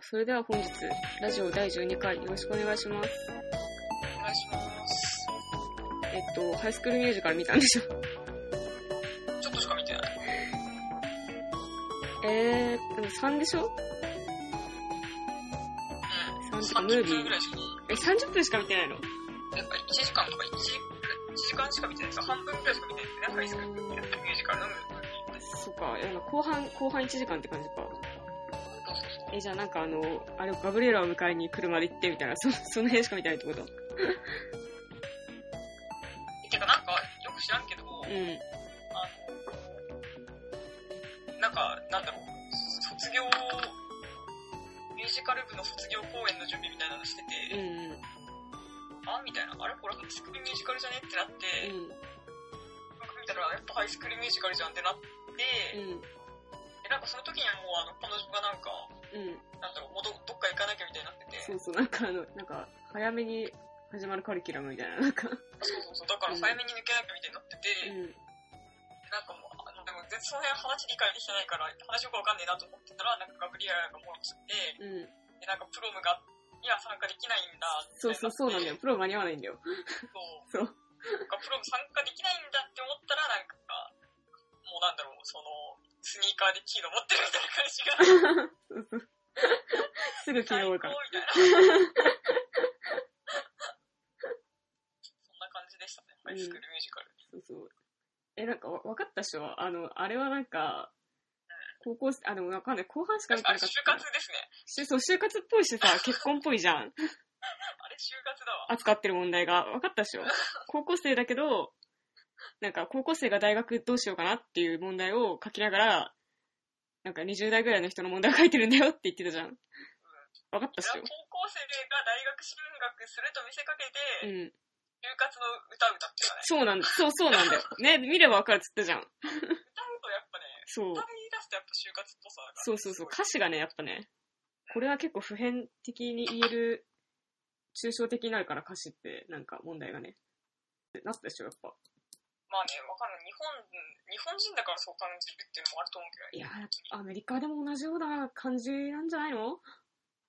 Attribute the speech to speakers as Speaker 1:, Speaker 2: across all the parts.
Speaker 1: それでは本日、ラジオ第12回よろしくお願いします。
Speaker 2: お願いします。
Speaker 1: えっと、ハイスクールミュージカル見たんでしょ
Speaker 2: ちょっとしか見てない。
Speaker 1: えー、でも3でしょ
Speaker 2: うん。
Speaker 1: 30分
Speaker 2: 30分ぐらいしか見
Speaker 1: え、30分しか見てないの
Speaker 2: なんか1時間とか 1, 1時間しか見てない。そう、半分ぐらいしか見てない。なんかいいですかミュージカルのムービー。
Speaker 1: そっか、えなんか後半、後半1時間って感じか。え、じゃあなんかあの、あれ、ガブリエラを迎えに車で行ってみたいな、そ、その辺しか見てないってこと
Speaker 2: てかなんか、よく知らんけど、
Speaker 1: うん。うん。
Speaker 2: なんか、なんだろう、卒業、ミュージカル部の卒業公演の準備みたいなのしてて、
Speaker 1: うん。
Speaker 2: あみたいな、あれこれハイスクールミュージカルじゃねってなって、僕見たらやっぱハイスクールミュージカルじゃんってなって、
Speaker 1: うん。うん。
Speaker 2: で、なんかその時にはもうあの、彼女がなんか、
Speaker 1: うん。
Speaker 2: なんだろう、もうどどっか行かなきゃみたいになって
Speaker 1: そ
Speaker 2: て、
Speaker 1: うそう、なんかあの、なんか、早めに始まるカリキュラムみたいな、なんか。
Speaker 2: そうそうそう、だから早めに抜けなきゃみたいになってて、
Speaker 1: うん。
Speaker 2: なんかもう、あのでも全然その辺話理解できてないから、話よくわかんねえなと思ってたら、なんかガブリエラがもう来
Speaker 1: う
Speaker 2: て、
Speaker 1: ん。
Speaker 2: で、なんかプロムが、いや、参加できないんだ、み
Speaker 1: そうそ
Speaker 2: たい
Speaker 1: う、そうなんだよ。プロ間に合わないんだ よ。
Speaker 2: そ。
Speaker 1: そうう
Speaker 2: なんかプロム参加できないんだって思ったら、なんか、もうなんだろう、その、スニーカーでキーが持ってるみたいな感じが、
Speaker 1: すぐ気が
Speaker 2: 最
Speaker 1: 多い
Speaker 2: 高
Speaker 1: から。
Speaker 2: みたいな。 そんな感じでしたね、ハイスクールミュージカル。
Speaker 1: そうそう。え、なんかわ、わかったっしょあの、あれはなんか、高校生、あ、でもわかんない。後半しか見て
Speaker 2: あ
Speaker 1: な
Speaker 2: れ、
Speaker 1: かっ
Speaker 2: 就
Speaker 1: た。
Speaker 2: 活ですね。
Speaker 1: しそう、就活っぽいしさ、結婚っぽいじゃん。
Speaker 2: あれ、就活だわ。
Speaker 1: 扱ってる問題が。わかったっしょ高校生だけど、なんか高校生が大学どうしようかなっていう問題を書きながら、なんか20代ぐらいの人の問題を書いてるんだよって言ってたじゃん。わかったっし
Speaker 2: 高
Speaker 1: ょ
Speaker 2: 校生が大学進学すると見せかけ
Speaker 1: う
Speaker 2: て、
Speaker 1: ん。
Speaker 2: 就活の歌歌ってたね。
Speaker 1: そうなんだ。そうそうなんだよ。ね、見ればわかるっつったじゃん。
Speaker 2: 歌うとやっぱね、
Speaker 1: そう
Speaker 2: 歌。い出すとやっぱ就活っぽさが。
Speaker 1: そうそうそう。
Speaker 2: すごい
Speaker 1: 歌詞がね、やっぱね、これは結構普遍的に言える、抽象的になるから歌詞って、なんか問題がね。なったでしょ、やっぱ。
Speaker 2: まあね、わかんない。日本、日本人だからそう感じるっていうのもあると思うけどね。
Speaker 1: いやー、アメリカでも同じような感じなんじゃないの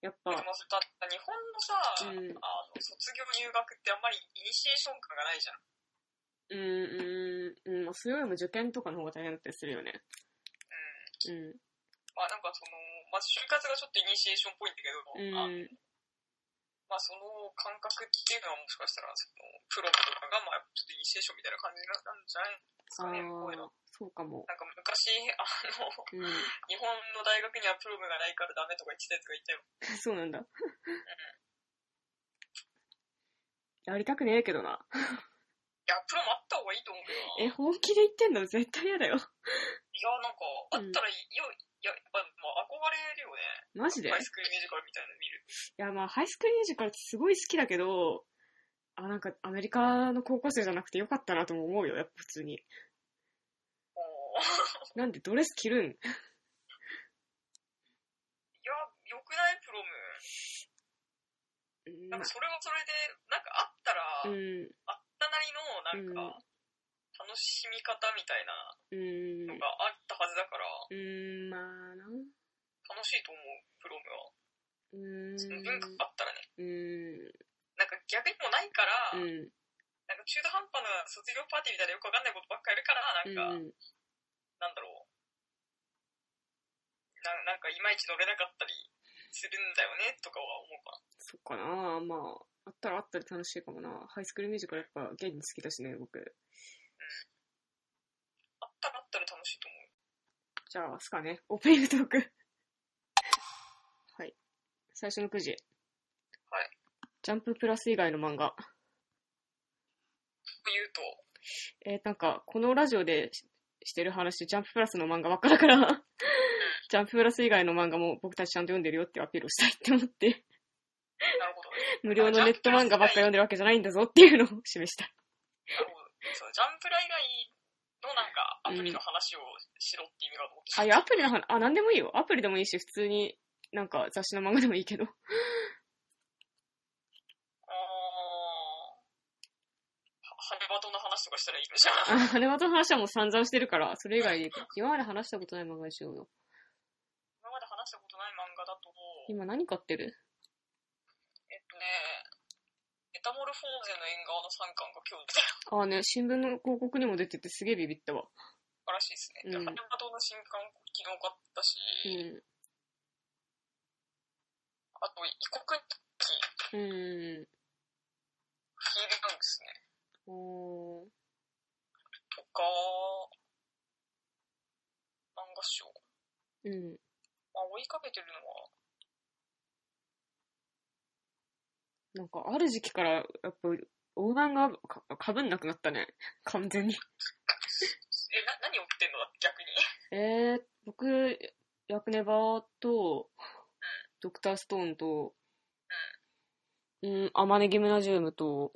Speaker 1: やっぱ。
Speaker 2: でもさだって日本のさ、
Speaker 1: うん。うん、
Speaker 2: あの、卒業入学ってあんまりイニシエーション感がないじゃん。
Speaker 1: うん、うん。まあ、それよりも受験とかの方が大変だったりするよね。うん。
Speaker 2: まあなんかその、まあ就活がちょっとイニシエーションっぽいんだけど、あ
Speaker 1: うん。
Speaker 2: まあその感覚っていうのはもしかしたら、その、プロとかが、まあちょっとイニシエーションみたいな感じなんじゃないです
Speaker 1: あ
Speaker 2: か
Speaker 1: あ
Speaker 2: ね、こういうの
Speaker 1: ー、そうかも。
Speaker 2: なんか昔、あの、
Speaker 1: うん。
Speaker 2: 日本の大学にはプロムがないからダメとか言ってたやつがいたよ。
Speaker 1: そうなんだ。やりたくねえけどな。
Speaker 2: いや、プロムあった方がいいと思うけどな。
Speaker 1: え、本気で
Speaker 2: い
Speaker 1: 言ってんの絶対嫌だよ。
Speaker 2: や、なんか、あったらいいよ、いや、やっぱ、まあ、憧れるよね。
Speaker 1: マジで
Speaker 2: ハイスクールミュージカルみたいなの見る。
Speaker 1: いや、まあ、ハイスクールミュージカルってすごい好きだけど、あ、なんか、アメリカの高校生じゃなくてよかったなとも思うよ、やっぱ普通に。
Speaker 2: おー
Speaker 1: なんでドレス着るん
Speaker 2: いや、よくないプロム。
Speaker 1: うん
Speaker 2: なんか、それはそれで、なんか、あったら、
Speaker 1: う
Speaker 2: あっ
Speaker 1: ん、
Speaker 2: たなりの、な
Speaker 1: う
Speaker 2: ん
Speaker 1: ん
Speaker 2: か、楽しみ方みたいな
Speaker 1: うん
Speaker 2: の、があったはずだから、
Speaker 1: うん、まあな、
Speaker 2: 楽しいと思う、プロムは。
Speaker 1: うん、
Speaker 2: その文化があったらね。
Speaker 1: うん、
Speaker 2: なんか、逆にもないから、
Speaker 1: うん、
Speaker 2: なんか、中途半端な卒業パーティーみたいなよくわかんないことばっかりやるから、な
Speaker 1: うん、
Speaker 2: んか、なんだろう。ななんか、いまいち乗れなかったりするんだよね、とかは思うかな。
Speaker 1: そっかな、まあ、あったらあったら楽しいかもな。ハイスクールミュージカルやっぱ現に好きだしね、僕。
Speaker 2: あったらあったら楽しいと思う。
Speaker 1: じゃあ、すかね、オープニングトーク。はい。最初のくじ。
Speaker 2: はい。
Speaker 1: ジャンププラス以外の漫画。
Speaker 2: というと、
Speaker 1: えーなんか、このラジオでししてる話、ジャンププラスの漫画ばっかだから、 ジャンププラス以外の漫画も僕たちちゃんと読んでるよっていうアピールをしたいって思 って、
Speaker 2: なるほどね。
Speaker 1: 無料のネット漫画ばっか読んでるわけじゃないんだぞっていうのを示した。
Speaker 2: なるほど。 そう、ジャンプラ以外のなんか、アプリの話をしろって意味が思って
Speaker 1: あ、いや、アプリの話、あ、なんでもいいよ。アプリでもいいし、普通に、なんか雑誌の漫画でもいいけど。
Speaker 2: あーはハリバトの話とかしたらいい のじゃ
Speaker 1: あ、
Speaker 2: ん。
Speaker 1: あれはとの話はもう散々してるから、それ以外で、今まで話したことない漫画にしようよ。
Speaker 2: 今まで話したことない漫画だと、
Speaker 1: 今何買ってる
Speaker 2: えっとね、メタモルフォーゼの縁側の3巻が今日出た
Speaker 1: ああね、新聞の広告にも出ててすげえビビったわ。
Speaker 2: らしいですね。で、
Speaker 1: うん
Speaker 2: ハニワ堂の新刊昨日買ったし、
Speaker 1: うん。
Speaker 2: あと、異国日記、
Speaker 1: う
Speaker 2: ヒールダンですね。
Speaker 1: ん。おー
Speaker 2: とか、漫画賞。
Speaker 1: うん。
Speaker 2: まあ、追いかけてるのは、
Speaker 1: なんか、ある時期から、やっぱ、大盤がかかぶんなくなったね。完全に。
Speaker 2: え、な、何追ってんの逆に。
Speaker 1: えー、僕、ヤクネバと、ドクターストーンと、うん、アマネギムナジウムと、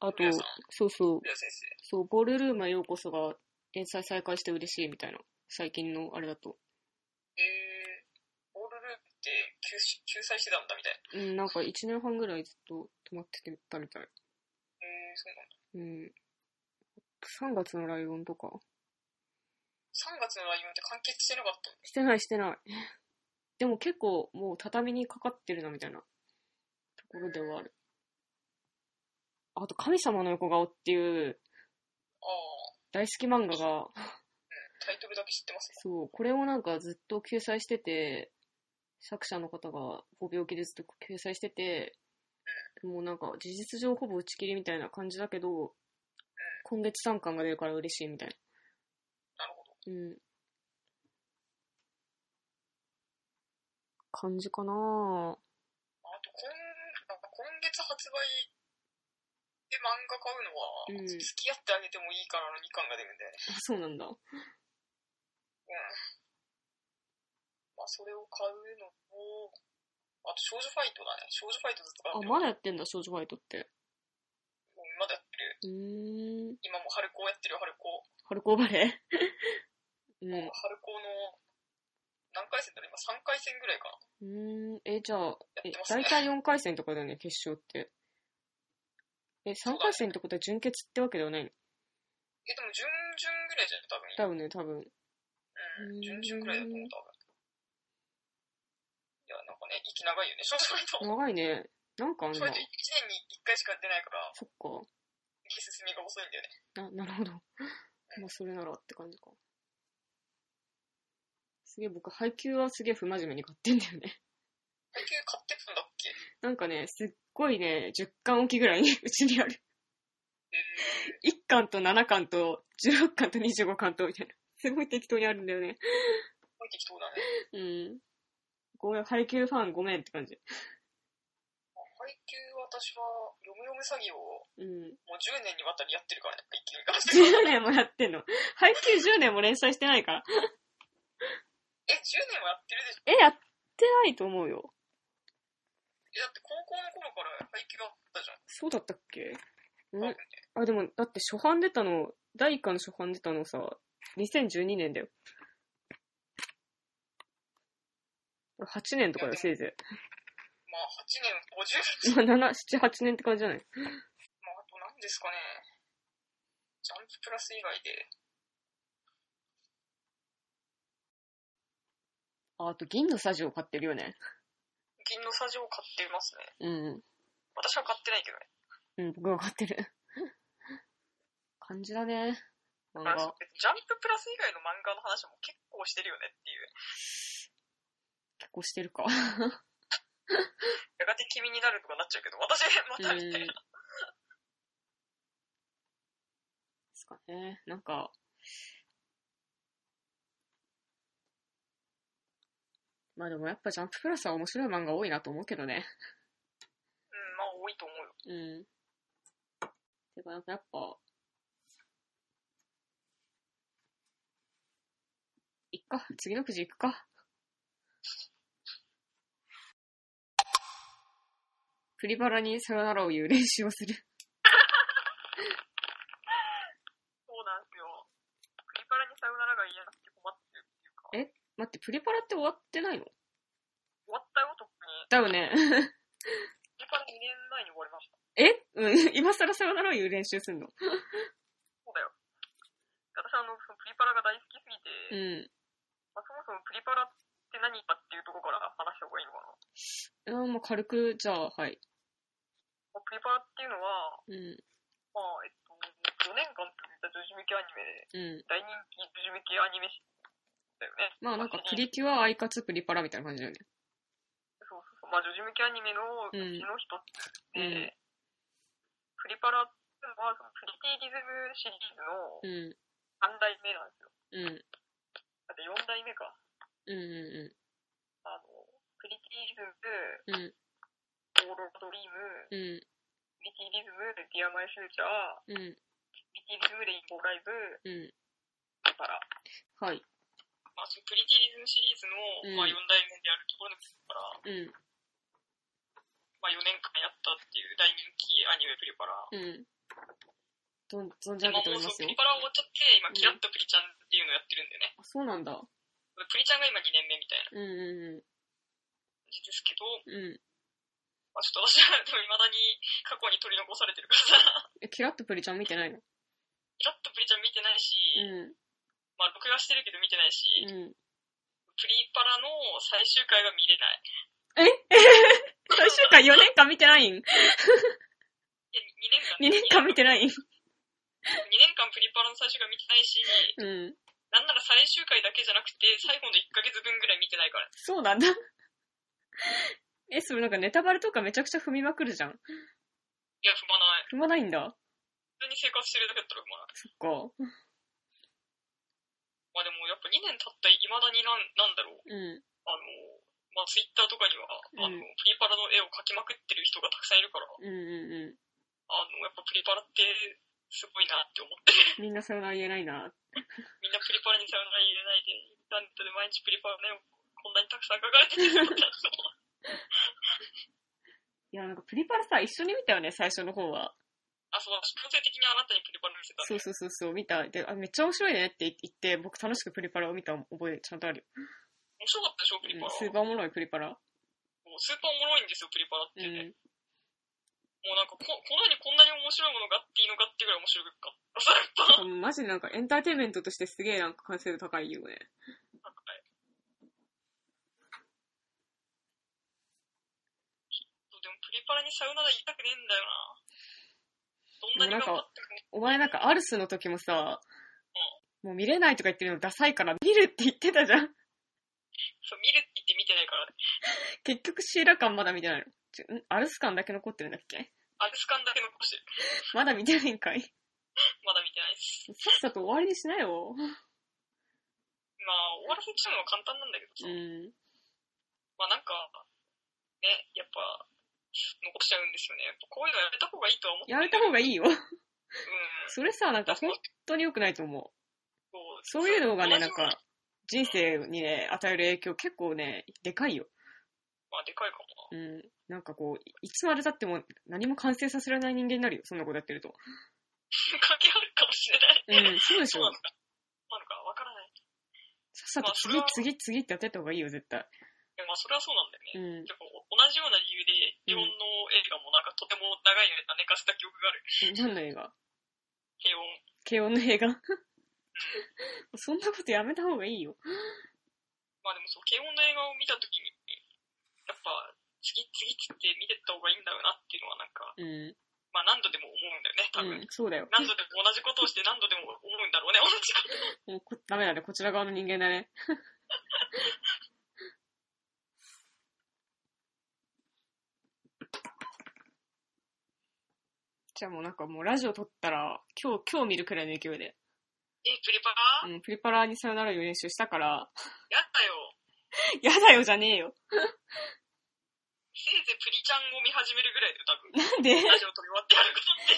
Speaker 1: あと
Speaker 2: 皆さん、
Speaker 1: そうそう、
Speaker 2: 皆先生。
Speaker 1: そう、ボールルームへようこそが、連載再開して嬉しいみたいな、最近のあれだと。
Speaker 2: えー、ボールルームって救し救済してたんだみたい。
Speaker 1: うん、なんか1年半ぐらいずっと止まっててたみたい。
Speaker 2: えー、そうなんだ。
Speaker 1: うん。3月のライオンとか。
Speaker 2: 3月のライオンって完結してなかったの
Speaker 1: してないしてない。 でも結構もう畳にかかってるなみたいなところではある。あと、神様の横顔っていう
Speaker 2: ああ、
Speaker 1: 大好き漫画が、
Speaker 2: タイトルだけ知ってますね。
Speaker 1: そう、これをなんかずっと救済してて、作者の方がご病気でずっと救済してて、もうなんか事実上ほぼ打ち切りみたいな感じだけど、今月3巻が出るから嬉しいみたいな。
Speaker 2: なるほど。
Speaker 1: うん。感じかなぁ。
Speaker 2: あと今、なんか今月発売で漫画買うの
Speaker 1: う
Speaker 2: は、
Speaker 1: ん
Speaker 2: 付き合ってあげてもいいからの2巻が出るんだよね。
Speaker 1: あそうなんだ。
Speaker 2: まあ、それを買うのと、あと、少女ファイトだね。少女ファイトずっと
Speaker 1: あ、
Speaker 2: 買ってる。
Speaker 1: まだやってんだ、少女バイトって。
Speaker 2: うんまだやってる。
Speaker 1: うーん。
Speaker 2: 今も春高やってるよ、春高。
Speaker 1: 春高バレー うん
Speaker 2: 春高の、何回戦だろう今3回戦ぐらいかな。。
Speaker 1: うーん。え、じゃあ、え
Speaker 2: やってま、す
Speaker 1: 大
Speaker 2: ね。
Speaker 1: 体4回戦とかだよね、決勝って。え、3回戦ってことは準決ってわけではないの
Speaker 2: え、でも、準々ぐらいじゃん、多分。
Speaker 1: 多分ね、多分。
Speaker 2: うん、準々ぐらいだと思う、多分。いや、なんかね、息長いよね、少女ファイト。
Speaker 1: 長いね。なんかあん
Speaker 2: それ
Speaker 1: だ
Speaker 2: と。1年に1回しか出ないから、
Speaker 1: そっか。
Speaker 2: 気進みが遅いんだよね。
Speaker 1: な、なるほど。 まあ、それならって感じか。すげえ、僕、配給はすげえ不真面目に買ってんだよね。
Speaker 2: 配給買ってたんだっけ
Speaker 1: なんかね、すっごいね、10巻おきぐらいに うちにある。
Speaker 2: えー、
Speaker 1: 1巻と7巻と16巻と25巻とみたいな。すごい適当にあるんだよね。
Speaker 2: すごい適当だね。
Speaker 1: うん。ごめん、配給ファンごめんって感じ。
Speaker 2: 配給私は、読む読む詐欺を、
Speaker 1: うん。
Speaker 2: もう10年にわたりやってるからね、一気に関しては。
Speaker 1: 10年もやってんの。配給10年も連載してないから。
Speaker 2: え、10年はやってるでしょ
Speaker 1: え、やってないと思うよ。
Speaker 2: え、だって高校の頃から配給があったじゃん。
Speaker 1: そうだったっけ
Speaker 2: 多分
Speaker 1: ん
Speaker 2: ね
Speaker 1: あ、でも、だって初版出たの、第1巻の初版出たのさ、2012年だよ。8年とかだよ、せいぜ
Speaker 2: まあ、8年、50
Speaker 1: い。
Speaker 2: 年。
Speaker 1: まあ、7、7、8年って感じじゃない
Speaker 2: まあ、あと何ですかね。ジャンププラス以外で、
Speaker 1: あ、あと、銀のサジを買ってるよね。
Speaker 2: 銀のサジを買ってます
Speaker 1: う
Speaker 2: ね。
Speaker 1: ん。
Speaker 2: 私は買ってないけどね。
Speaker 1: うん、僕は買ってる。感じだね。漫
Speaker 2: あ
Speaker 1: 画
Speaker 2: そう。ジャンププラス以外の漫画の話も結構してるよねっていう。
Speaker 1: 結構してるか。
Speaker 2: やがて君になるとかなっちゃうけど、私またみたいな。
Speaker 1: ですかね。なんか、まあでもやっぱジャンププラスは面白い漫画多いなと思うけどね。
Speaker 2: うん、まあ多いと思うよ。
Speaker 1: うん。てかなんかやっぱ、いっか、次のくじ行くか。プリバラにさよならを言う練習をする。
Speaker 2: そうなんですよ。クリパラにさよならが言えなくて困ってる
Speaker 1: え
Speaker 2: っていうか。
Speaker 1: 待って、プリパラって終わってないの
Speaker 2: 終わったよ、特に。
Speaker 1: だよね。
Speaker 2: クリパラ2年前に終わりました。
Speaker 1: えうん、 今更さよならを言う練習すんの
Speaker 2: そうだよ。私あの、そのプリパラが大好きすぎ
Speaker 1: う
Speaker 2: て、
Speaker 1: ん。
Speaker 2: まあ、そもそもプリパラって何かっていうところから
Speaker 1: あーまあ軽く、じゃあ、はい。
Speaker 2: まあプリパラっていうのは、
Speaker 1: うん、
Speaker 2: まあ、えっと、4年間続いた女子向けアニメ
Speaker 1: う
Speaker 2: で、
Speaker 1: ん。
Speaker 2: 大人気女子向けアニメだ
Speaker 1: まあな
Speaker 2: よね。
Speaker 1: んか、プ
Speaker 2: シリーズ
Speaker 1: リキュア、アイカツ、プリパラみたいな感じだよね。
Speaker 2: そうそうそう。まあ、女子向けアニメのう
Speaker 1: うん
Speaker 2: ちの一つで、
Speaker 1: うん
Speaker 2: プリパラっていうのは、そのプリティリズムシリーズ
Speaker 1: うん、
Speaker 2: の3代目なんですよ。
Speaker 1: うん、
Speaker 2: だって4代目か。
Speaker 1: うん、う
Speaker 2: あの、プリティリズム、
Speaker 1: ん、うん、
Speaker 2: オーロラドリーム、
Speaker 1: うん、
Speaker 2: プリティリズム、ディアマイフューチャー、
Speaker 1: うん、うん、
Speaker 2: プリティリズム、レインボーライブ、
Speaker 1: うん。
Speaker 2: プリパラ。
Speaker 1: はい。
Speaker 2: まあ、そのプリティリズムシリーズの、
Speaker 1: うん
Speaker 2: まあ、4代目であるところのプリ
Speaker 1: うん、
Speaker 2: パラ、まあ、4年間やったっていう大人気アニメプリパラ。
Speaker 1: うん。どん、存じ上げ
Speaker 2: 今も
Speaker 1: ておりま
Speaker 2: うそ
Speaker 1: すよ
Speaker 2: うプリ。パラ終わっちゃって、今、
Speaker 1: うん
Speaker 2: キラッとプリちゃんっていうのをやってるんだよね。
Speaker 1: あそうなんだ。
Speaker 2: プリちゃんが今2年目みたい
Speaker 1: うん、う
Speaker 2: な感じですけど、
Speaker 1: ん、うん。うん。
Speaker 2: まあ、ちょっと私はでも未だに過去に取り残されてるから
Speaker 1: え、
Speaker 2: さ、
Speaker 1: キラッとプリちゃん見てないの
Speaker 2: キラッとプリちゃん見てないし、
Speaker 1: う
Speaker 2: まあ、録画してるけど見てないし、
Speaker 1: ん、うん。
Speaker 2: プリパラの最終回が見れない。
Speaker 1: 最終回4年間見てないん ?2
Speaker 2: いや、2
Speaker 1: 年
Speaker 2: 年
Speaker 1: 間見
Speaker 2: 間、
Speaker 1: てないん
Speaker 2: 2年間プリパラの最終回見てないし、
Speaker 1: うん。
Speaker 2: なんなら最終回だけじゃなくて、最後の1ヶ月分ぐらい見てないから。
Speaker 1: そうなんだ。 え、それなんかネタバレとかめちゃくちゃ踏みまくるじゃん。
Speaker 2: いや、踏まない。
Speaker 1: 踏まないんだ。
Speaker 2: 普通に生活してるだけだったら踏まない。
Speaker 1: そっか。
Speaker 2: まあでも、やっぱ2年経った未だになん、なんだろ
Speaker 1: う
Speaker 2: う。
Speaker 1: ん。
Speaker 2: あの、まあ、ツイッターとかには、あの、
Speaker 1: うん
Speaker 2: プリパラの絵を描きまくってる人がたくさんいるから、あ
Speaker 1: うんうんう
Speaker 2: の、やっぱプリパラって、すごいなって思って、
Speaker 1: ん。みんなさよなら言えないな。
Speaker 2: みんなプリパラにさよなら入れないで、インターネットで毎日プリパラの絵をこんなにたくさん描かれてるんだって思
Speaker 1: い
Speaker 2: う
Speaker 1: や、なんかプリパラさ、一緒に見たよね、最初の方は。
Speaker 2: あ、そう、私強制的にあなたにプリパラ見せた
Speaker 1: そうそ
Speaker 2: ね。
Speaker 1: うそうそう、見た。で、あ、めっちゃ面白いねって言って、僕楽しくプリパラを見た覚えちゃんとあるよ。
Speaker 2: 面白かったでしょ、プ
Speaker 1: う
Speaker 2: リ
Speaker 1: ん
Speaker 2: パラ。
Speaker 1: スー
Speaker 2: も
Speaker 1: パーおもろいプリパラ。
Speaker 2: うスーパーおもろいんですよ、プリパラっ
Speaker 1: う
Speaker 2: てね。
Speaker 1: ん。
Speaker 2: もうなんかこ、この世にこんなに面白いものがあっていいのかっていうぐらい面白かった。 それ
Speaker 1: なんか
Speaker 2: は、
Speaker 1: マジでなんかエンターテインメントとしてすげえなんか完成度高いよね。
Speaker 2: でも、プリパラにさよなら言いたくねえんだよな。どんなに頑張っても、
Speaker 1: お前なんかアルスの時もさ、もう見れないとか言ってるのダサいから見るって言ってたじゃん。
Speaker 2: そう見るって言って見てないから、
Speaker 1: 結局シーラ感まだ見てないの。ちょんアルス感だけ残ってるんだっけ
Speaker 2: アルスカンだけ残してる。
Speaker 1: まだ見てないんかい。
Speaker 2: まだ見てないです。
Speaker 1: さっさと終わりにしなよ。
Speaker 2: まあ、終わらせちゃうのは簡単なんだけど
Speaker 1: う
Speaker 2: さ。
Speaker 1: ん。
Speaker 2: まあなんか、ね、やっぱ、残しちゃうんですよね。やっぱこういうのやめた方がいいとは思って
Speaker 1: やめた方がいいよ。
Speaker 2: うん。
Speaker 1: それさ、なんか本当に良くないと思う。そういうのがね、なんか、人生にね、与える影響結構ね、でかいよ。
Speaker 2: まあ、でかいかも な。
Speaker 1: うん。なんかこう、いつまで経っても何も完成させられない人間になるよ。そんなことやってると。
Speaker 2: 関係あるかもしれない。
Speaker 1: うん、そうでし
Speaker 2: そう
Speaker 1: ょ
Speaker 2: な。のか。そうなのか、わからない。
Speaker 1: さっさと次、次、次ってやってった方がいいよ、絶対。
Speaker 2: でもまあ、それはそうなんだ
Speaker 1: う
Speaker 2: よね。
Speaker 1: ん。
Speaker 2: でも、同じような理由で、日本の映画もなんかとても長い間寝かせた記憶がある。
Speaker 1: 何の映画
Speaker 2: 平穏。
Speaker 1: 慶音の映画 そんなことやめた方がいいよ。
Speaker 2: まあでもそう、慶音の映画を見たときに、やっぱ、次次っつって見てった方がいいんだよなっていうのはなんか、
Speaker 1: うん。
Speaker 2: まあ何度でも思うんだよね、
Speaker 1: う
Speaker 2: 多分。
Speaker 1: ん、そうだよ。
Speaker 2: 何度でも同じことをして何度でも思うんだろうね、同じこと。
Speaker 1: もうこダメだね、こちら側の人間だね。 じゃあもうなんかもうラジオ撮ったら、今日、今日見るくらいの勢いで。
Speaker 2: え、プリパ
Speaker 1: う
Speaker 2: ラやだよ。
Speaker 1: ん、プリパラにさよならを練習したから、
Speaker 2: せ
Speaker 1: やだよじゃねえよ。
Speaker 2: いぜいプリちゃんを見始めるぐらいだよ、多分。
Speaker 1: なんで
Speaker 2: ラジオ撮り終わってやることって。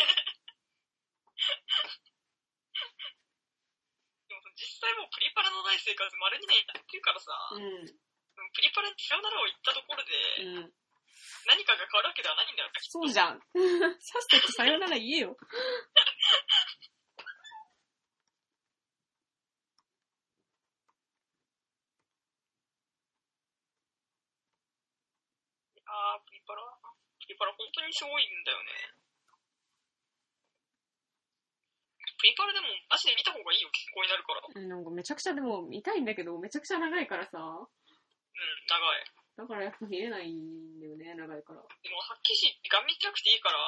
Speaker 2: でも実際もうプリパラのない生活丸2年やってるからさ、
Speaker 1: う
Speaker 2: プリパラにさよならを言ったところで、
Speaker 1: ん。うん。
Speaker 2: 何かが変わるわけではないんだよね。
Speaker 1: そうじゃん。さっさとさよなら言えよ。
Speaker 2: あー、プリパラプリパラ本当にすごいんだよね。プリパラでもマジで見た方がいいよ、健康になるから。うん、長
Speaker 1: うんなん
Speaker 2: い。
Speaker 1: かめちゃくちゃでも見たいんだけど、めちゃくちゃ長いからさ。
Speaker 2: う
Speaker 1: だだからやっぱ見れないんだよね、長いから。う
Speaker 2: でも、はっきり言って、顔見なくていいから、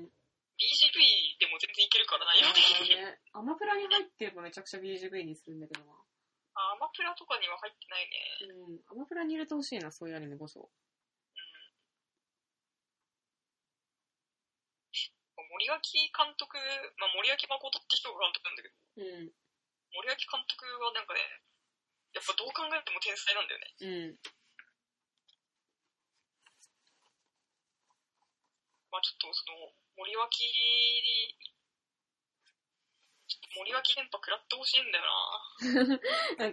Speaker 1: ん。
Speaker 2: BGV でも全然いけるからな、
Speaker 1: あ
Speaker 2: 今的
Speaker 1: の
Speaker 2: に。
Speaker 1: ね、アマプラに入ってればめちゃくちゃ BGV にするんだけどな。
Speaker 2: あ、アマプラとかには入ってないね。
Speaker 1: うん。アマプラに入れてほしいな、そういうアニメこそ。
Speaker 2: 森脇監督、まあ、森脇誠って人が監督なんだけど、
Speaker 1: うん。
Speaker 2: 森脇監督はなんかね、やっぱどう考えても天才なんだよ
Speaker 1: うん。
Speaker 2: ね。まあちょっとその、森脇に、ちょっと森脇電波食らってほしいんだよな。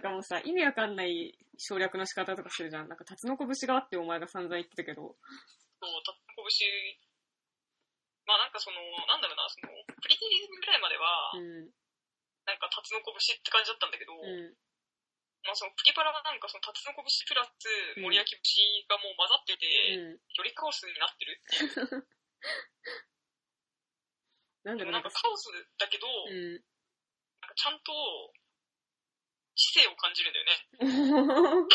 Speaker 1: なんかもうさ、意味わかんない省略の仕方とかするじゃん。なんか、辰の拳があってお前が散々言ってたけど。
Speaker 2: そう、たっこぶし、まあなんかその、なんだろうな、その、プリティリズムぐらいまで
Speaker 1: う
Speaker 2: は、
Speaker 1: ん。
Speaker 2: なんか、辰のこぶしって感じだったんだけど、
Speaker 1: う
Speaker 2: まあその、プリパラはなんかその、辰のこぶしプラス、
Speaker 1: うん
Speaker 2: 森脇節がもう混ざって
Speaker 1: ん。
Speaker 2: て、
Speaker 1: うん。
Speaker 2: よりカオスになってるっていう。
Speaker 1: なんだ
Speaker 2: で
Speaker 1: ろう、
Speaker 2: もな
Speaker 1: なんん
Speaker 2: か
Speaker 1: か、
Speaker 2: カオスだけど、
Speaker 1: うん。
Speaker 2: なんかちゃんと、知性を感じるんだよね。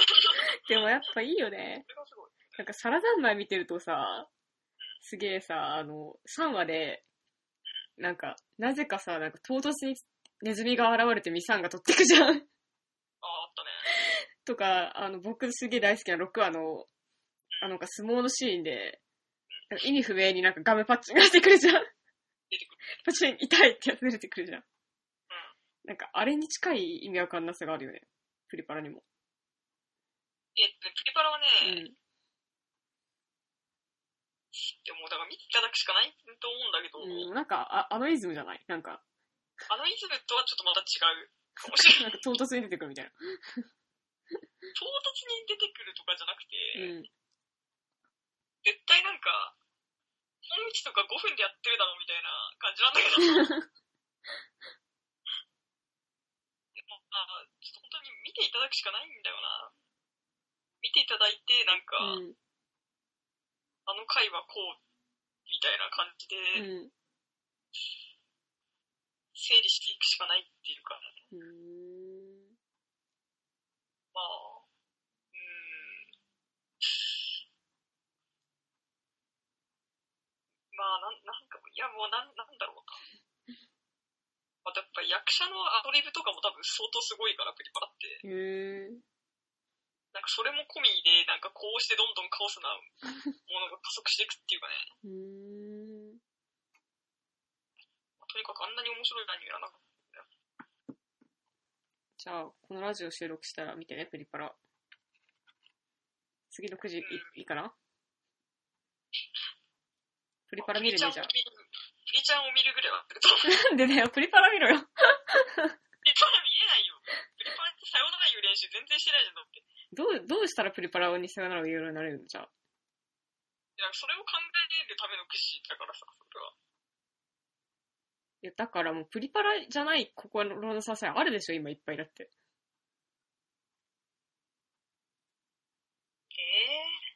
Speaker 1: でもやっぱいいよね。
Speaker 2: それがすごい。
Speaker 1: なんか、サラザンマイ見てるとさ、すげえさ、あの、3話で、なんか、なぜかさ、なんか唐突にネズミが現れてミサンが取ってくじゃん。
Speaker 2: ああ、あったね。
Speaker 1: とか、あの、僕すげえ大好きな6話の、あの、なんか相撲のシーンで、なんか意味不明になんかガムパッチンが出てくるじゃん。
Speaker 2: 出てくる。
Speaker 1: パチン痛いってやつ出てくるじゃん。なんか、あれに近い意味わかんなさがあるよね。プリパラにも。
Speaker 2: えっとね、プリパラは
Speaker 1: う
Speaker 2: ね、
Speaker 1: ん。
Speaker 2: でもだから見ていただくしかないと思うんだけど、
Speaker 1: うん、なんかあ、あのイズムじゃないなんか、
Speaker 2: あのイズムとはちょっとまた違うかもしれな
Speaker 1: なん
Speaker 2: い。
Speaker 1: か唐突に出てくるみたいな。
Speaker 2: 唐突に出てくるとかじゃなく
Speaker 1: う
Speaker 2: て、
Speaker 1: ん。
Speaker 2: 絶対なんか、本日とか5分でやってるだろうみたいな感じなんだけど。 でもまあ、ちょっと本当に見ていただくしかないんだよな。見ていただいて、なんか、
Speaker 1: うん。
Speaker 2: あの回はこう、みたいな感じ
Speaker 1: う
Speaker 2: で、
Speaker 1: ん。
Speaker 2: 整理していくしかないっていうか、
Speaker 1: うーん
Speaker 2: まあ、うん。まあ、なん、なんか、いや、もう、なん、なんだろうな。またやっぱ役者のアドリブとかも多分相当すごいから、プリパラっ
Speaker 1: へえ。
Speaker 2: て。なんかそれも込みで、なんかこうしてどんどんカオスなものが加速していくっていうか
Speaker 1: うー
Speaker 2: ね。
Speaker 1: ん。
Speaker 2: とにかくあんなに面白いアニメはなかった。
Speaker 1: じゃあ、このラジオ収録したら見てね、プリパラ。次の9時いいいかなプリパラ見るね、じゃあ。
Speaker 2: プリちゃんを見るぐらいはあると思う。
Speaker 1: なんでだよ、プリパラ見ろよ。
Speaker 2: プリパラ見えないよ。プリパラってさよなら言う練習全然してないじゃん、だって。
Speaker 1: どう、どうしたらプリパラにさよならを言うようになれるのじゃあ。
Speaker 2: なんかそれを考えるためのくじだからさ、それは。
Speaker 1: いや、だからもうプリパラじゃない心の支えあるでしょ、今いっぱいだって。
Speaker 2: ええ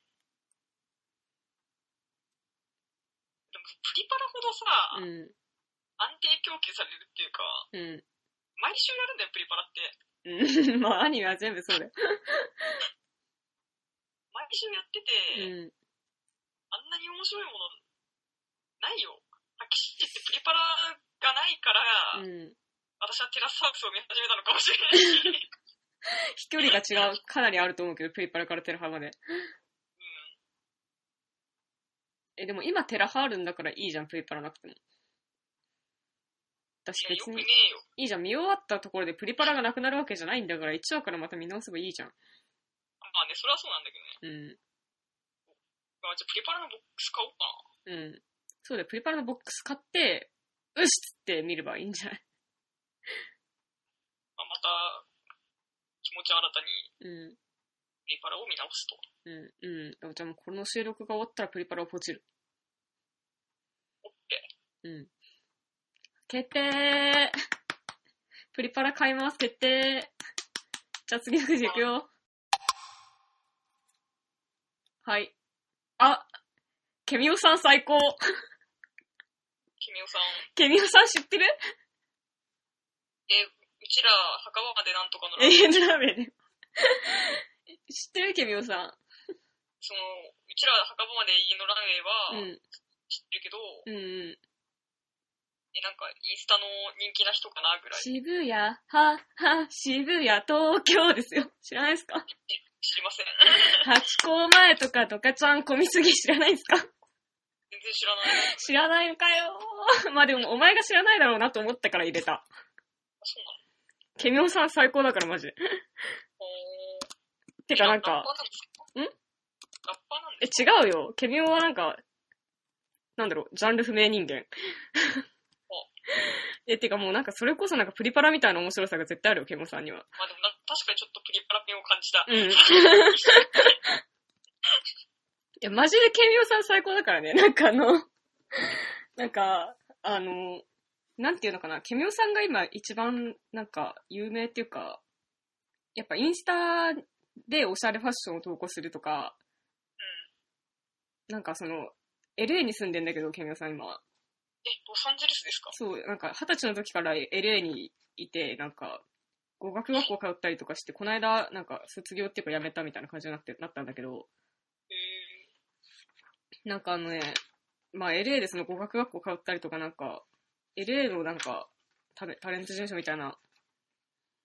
Speaker 2: でも、プリパラほど
Speaker 1: う
Speaker 2: さ、
Speaker 1: ん、
Speaker 2: 安定供給されるっていうか、
Speaker 1: う
Speaker 2: 毎週やるんだよ、プリパラって。
Speaker 1: ん。 うん、まあ、アニメは全部そうだよ。
Speaker 2: 毎週やって
Speaker 1: う
Speaker 2: て、
Speaker 1: ん。
Speaker 2: あんなに面白いもの、ないよ。アキシティってプリパラがないから、
Speaker 1: うん。
Speaker 2: 私はテラスハウスを見始めたのかもしれない
Speaker 1: 飛
Speaker 2: し。
Speaker 1: 距離が違う、かなりあると思うけど、プリパラからテラハまで。
Speaker 2: うん。
Speaker 1: え、でも今テラハあるんだからいいじゃん、プリパラなくても。私
Speaker 2: いや、よ
Speaker 1: 別
Speaker 2: くね
Speaker 1: に、
Speaker 2: えよ。
Speaker 1: いいじゃん、見終わったところでプリパラがなくなるわけじゃないんだから、一話からまた見直せばいいじゃん。
Speaker 2: まあね、それはそうなんだけどね。
Speaker 1: うん。
Speaker 2: まあ、じゃあプリパラのボックス買おうかな。
Speaker 1: うん。そうだよ、プリパラのボックス買って、うっつって見ればいいんじゃない
Speaker 2: まあ、また、気持ちを新たに
Speaker 1: うん。
Speaker 2: プリパラを見直すと。
Speaker 1: うん。うん。じゃあもうこの収録が終わったらプリパラをポチる。
Speaker 2: オッケー。
Speaker 1: うん。決定プリパラ買います、決定じゃあ次のくじいくよ。はい。あ、ケミオさん最高
Speaker 2: 君雄さん、
Speaker 1: ケミオさん知ってる
Speaker 2: え、うちら、墓場までなんとかのラ
Speaker 1: 永
Speaker 2: ジ
Speaker 1: 遠
Speaker 2: オ
Speaker 1: のラーメンで。知ってるケミオさん。
Speaker 2: その、うちら墓場まで家のラ
Speaker 1: う
Speaker 2: ンウェイは
Speaker 1: ん。
Speaker 2: 知ってるけど、
Speaker 1: うんうん。
Speaker 2: え、なんか、インスタの人気な人かなぐらい
Speaker 1: 渋谷、は、は、渋谷、東京ですよ。知らないですか
Speaker 2: 知りません。
Speaker 1: ハチ公前とかドカちゃん混みすぎ知らないですか
Speaker 2: 全然知らない。
Speaker 1: 知らないのかよ ー。まあでもお前が知らないだろうなと思ったから入れた。
Speaker 2: あそうなの
Speaker 1: ケミオさん最高だからマジで。
Speaker 2: ほー
Speaker 1: てかなんか、
Speaker 2: ラ
Speaker 1: ん
Speaker 2: ッパーなん
Speaker 1: え、
Speaker 2: ですか
Speaker 1: 違うよ。ケミオはなんか、なんだろう、ジャンル不明人 間。え、てかもうなんかそれこそなんかプリパラみたいな面白さが絶対あるよ、ケミオさんには。
Speaker 2: まあでもな、確かにちょっとプリパラピンを感じた。
Speaker 1: うん。い や、マジでケミオさん最高だからね。 なんかあの、なんか、あの、なんていうのかな、ケミオさんが今一番なんか有名っていうか、やっぱインスタでおしゃれファッションを投稿するとか、なんかその、LA に住んでんだけど、ケミオさん今は。
Speaker 2: え、ロサンゼルスですか
Speaker 1: そう、なんか二十歳の時から LA にいて、なんか、語学学校通ったりとかして、この間、なんか卒業っていうか辞めたみたいな感じになって、なったんだけど、
Speaker 2: へえ
Speaker 1: なんかあのね、まあ LA でその語学学校通ったりとかなんか、LA のなんかタレ、タレント事務所みたいな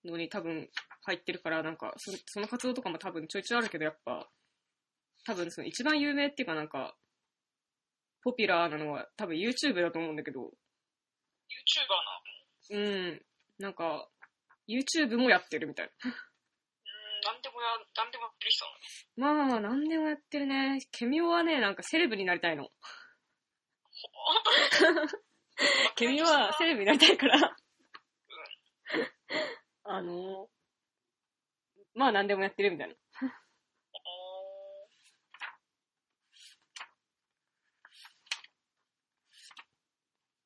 Speaker 1: のに多分入ってるから、なんかそ、その活動とかも多分ちょいちょいあるけど、やっぱ、多分その一番有名っていうかなんか、ポピュラーなのは多分 YouTube だと思うんだけど、
Speaker 2: YouTuber なの
Speaker 1: うん。なんか、YouTube もやってるみたいな。
Speaker 2: うん、なんでもや、なんでもやってる人なの
Speaker 1: まあまあまあ、なんでもやってるね。ケミオはね、なんかセレブになりたいの。ケミオはセレブになりたいから。 あの、まあなんでもやってるみたいな。
Speaker 2: おー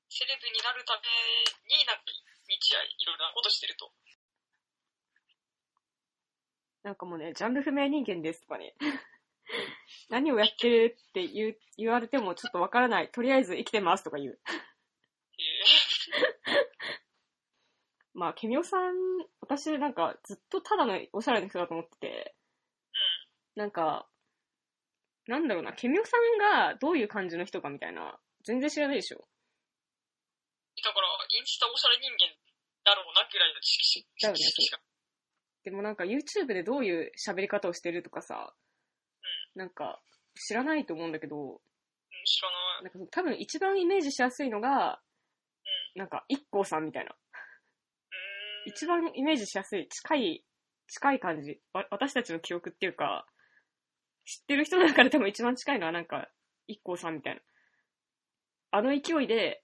Speaker 2: セレブになるために、なんか、日夜いろいろなことしてると。
Speaker 1: なんかもうね、ジャンル不明人間ですとかね。 何をやってるって言う言われてもちょっとわからない。とりあえず生きてますとか言う。
Speaker 2: へえ
Speaker 1: まあ、ケミオさん、私なんかずっとただのおしゃれな人だと思ってて、なんか、なんだろうな、ケミオさんがどういう感じの人かみたいな、全然知らないでしょ。
Speaker 2: だから、インスタおしゃれ人間だろうなぐらいの知識
Speaker 1: だよね
Speaker 2: 知識しか。
Speaker 1: でもなんか YouTube でどういう喋り方をしてるとかさ、なんか知らないと思うんだけど、
Speaker 2: うん、知らない。
Speaker 1: なんか多分一番イメージしやすいのが、なんか一 k さんみたいな。
Speaker 2: うーん。
Speaker 1: 一番イメージしやすい、近い、近い感じ。わ私たちの記憶っていうか、知ってる人の中で多分一番近いのはなんか、一光さんみたいな。あの勢いで、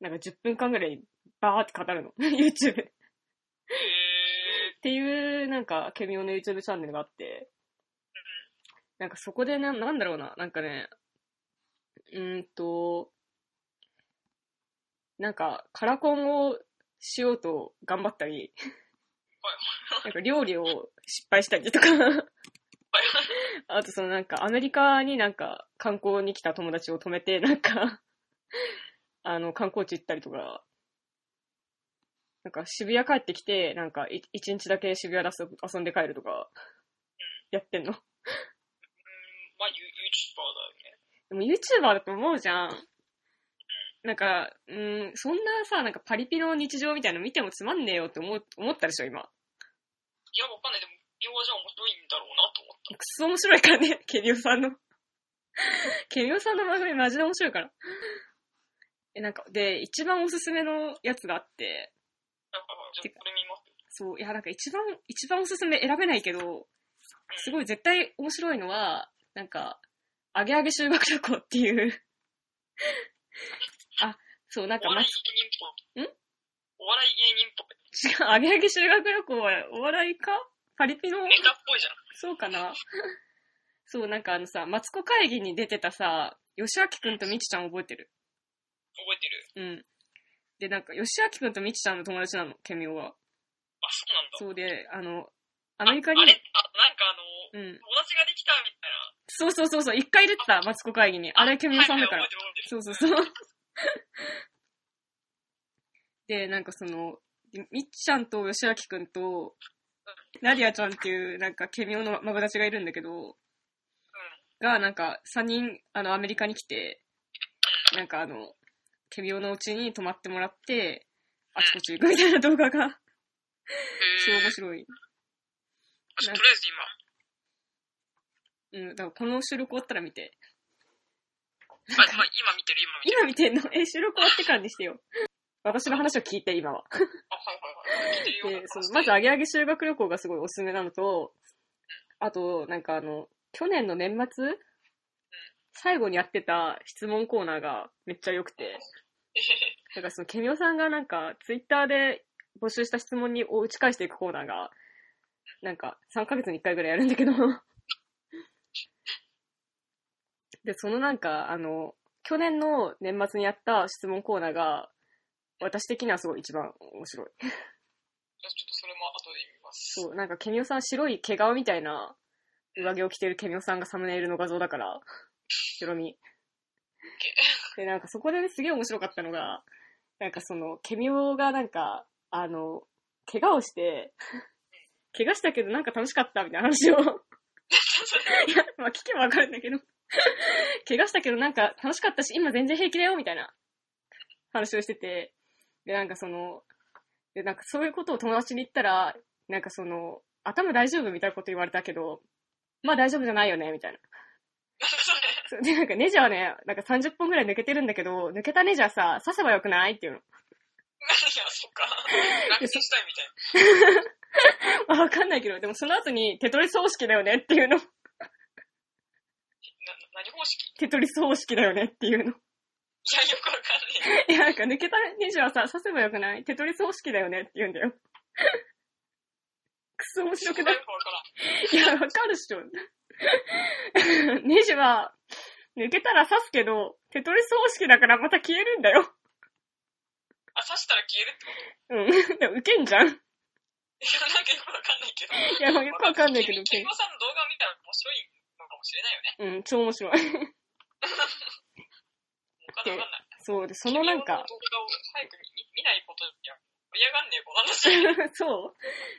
Speaker 1: なんか10分間ぐらいバーって語るの。YouTube で。
Speaker 2: へえ
Speaker 1: っていう、なんか、ケミオの YouTube チャンネルがあって、なんかそこでな、なんだろうな、なんかね、うーんと、なんか、カラコンをしようと頑張ったり、なんか料理を失敗したりとか、あとそのなんかアメリカになんか観光に来た友達を止めて、 なんか、あの、観光地行ったりとか、なんか渋谷帰ってきて、なんかい一日だけ渋谷で遊ぶ遊んで帰るとか、やってんの。
Speaker 2: うん、まあ、ユ YouTuber だよね。
Speaker 1: でも YouTuber だと思うじゃん。なんか、うん、そんなさ、なんかパリピの日常みたいなの見てもつまんねえよって思う思ったでしょ、今。
Speaker 2: いや、わかんない。でも、要はじゃあ面白いんだろうなと思った。
Speaker 1: くそ面白いからね、ケリオさんの。ケリオさんの番組マジで面白いから。え、なんか、で、一番おすすめのやつがあって、
Speaker 2: だから、じゃあこれ見ます。
Speaker 1: そう、いや、なんか一番、一番おすすめ選べないけど、すごい絶対面白いのは、なんか、あげあげ修学旅行っていう。あ、そう、なんか、
Speaker 2: お
Speaker 1: ま
Speaker 2: 笑い、芸人っぽい。
Speaker 1: ん
Speaker 2: お笑い芸人っぽい。
Speaker 1: 違う、あげあげ修学旅行はお笑いかパリピの
Speaker 2: ネタっぽいじゃん。
Speaker 1: そうかなそう、なんかあのさ、マツコ会議に出てたさ、吉明くんとみちちゃん覚えてる
Speaker 2: 覚えてる。
Speaker 1: うん。で、なんか、吉明くんとみちちゃんの友達なの、ケミオは。
Speaker 2: あ、そうなんだ。
Speaker 1: そうで、あの、ア
Speaker 2: ア
Speaker 1: メリカに
Speaker 2: あ、れあ、なんかあの、
Speaker 1: うん。
Speaker 2: 友達ができたみたいな。
Speaker 1: そうそうそう、そう一回出てた、マツコ会議に。あれ、ケミオさんだから
Speaker 2: はい。はい覚えてる覚え
Speaker 1: そ
Speaker 2: てる
Speaker 1: うそうそう。 で、なんかその、みっちゃんと吉明くんと、ナディアちゃんっていう、なんか、ケミオのマブダチがいるんだけど、が、なんか、3人、あの、アメリカに来て、なんかあの、手病のうちに泊まってもらって、あちこち行くみたいな動画が、超面
Speaker 2: へえ。
Speaker 1: 白い。
Speaker 2: あじゃあとりあえず今、
Speaker 1: うん、だからこの収録終わったら見て。
Speaker 2: あ、 今、今見てる、今見てる。
Speaker 1: 今見てんのえ、収録終わってからにしてよ。私の話を聞いて、今は。
Speaker 2: あ、はいはいはい。見てるよ
Speaker 1: で、。その まず、、アゲアゲ修学旅行がすごいおすすめなのと、あと、なんかあの、去年の年末最後にやってた質問コーナーがめっちゃ良くて、なんかその、ケミオさんがなんか、ツイッターで募集した質問にを打ち返していくコーナーが、なんか、3ヶ月に1回ぐらいやるんだけど、で、そのなんか、あの、去年の年末にやった質問コーナーが、私的にはすごい一番面白い。
Speaker 2: じゃあちょっとそれも後で見ます。
Speaker 1: そう、なんかケミオさん白い毛皮みたいな上着を着てるケミオさんがサムネイルの画像だ から、白身。 で、なんかそこでね、すげえ面白かったのが、なんかその、ケミオがなんか、あの、怪我をして、怪我したけどなんか楽しかったみたいな話 を、いや、まあ聞けばわかるんだけど、怪我したけどなんか楽しかったし、今全然平気だよみたいな話をしてて、で、なんかその、で、なんかそういうことを友達に言ったら、なんかその、頭大丈夫みたいなこと言われたけど、まあ大丈夫じゃないよね、みたいな。
Speaker 2: なんだそれ。
Speaker 1: そうで、なんかネジはね、なんか30本ぐらい抜けてるんだけど、抜けたネジはさ、刺せばよくないっていうの。
Speaker 2: いや、そ っか。楽にしたいみたいな。
Speaker 1: まあ わかんないけど、でもその後にテトリス方式だよねっていうの。
Speaker 2: な何方式
Speaker 1: テトリス方式だよねっていうの。
Speaker 2: いや、よくわかんねえ。
Speaker 1: いや、なんか抜けたネジはさ、刺せばよくないテトリス方式だよねって言うんだよ。 くそ面白くない
Speaker 2: よくわからん。
Speaker 1: いや、わかるっしょ。 ネジは、抜けたら刺すけど、テトリス方式だからまた消えるんだよ。
Speaker 2: あ、刺したら消えるっ
Speaker 1: う
Speaker 2: てこと
Speaker 1: ん。 でもウケんじゃん。い
Speaker 2: いや、なんかよくわかんないけど。い
Speaker 1: や、よくわかんないけど、ウケ
Speaker 2: ケ
Speaker 1: る
Speaker 2: ンゴさんの動画を見たら面白いのかもしれないよね。
Speaker 1: うん、超面白い。
Speaker 2: わかんないわかんない。
Speaker 1: そう、で、そのなんか、
Speaker 2: ケンゴさんの動画を早く見見ないことには嫌がんねえ子なんだし。
Speaker 1: そ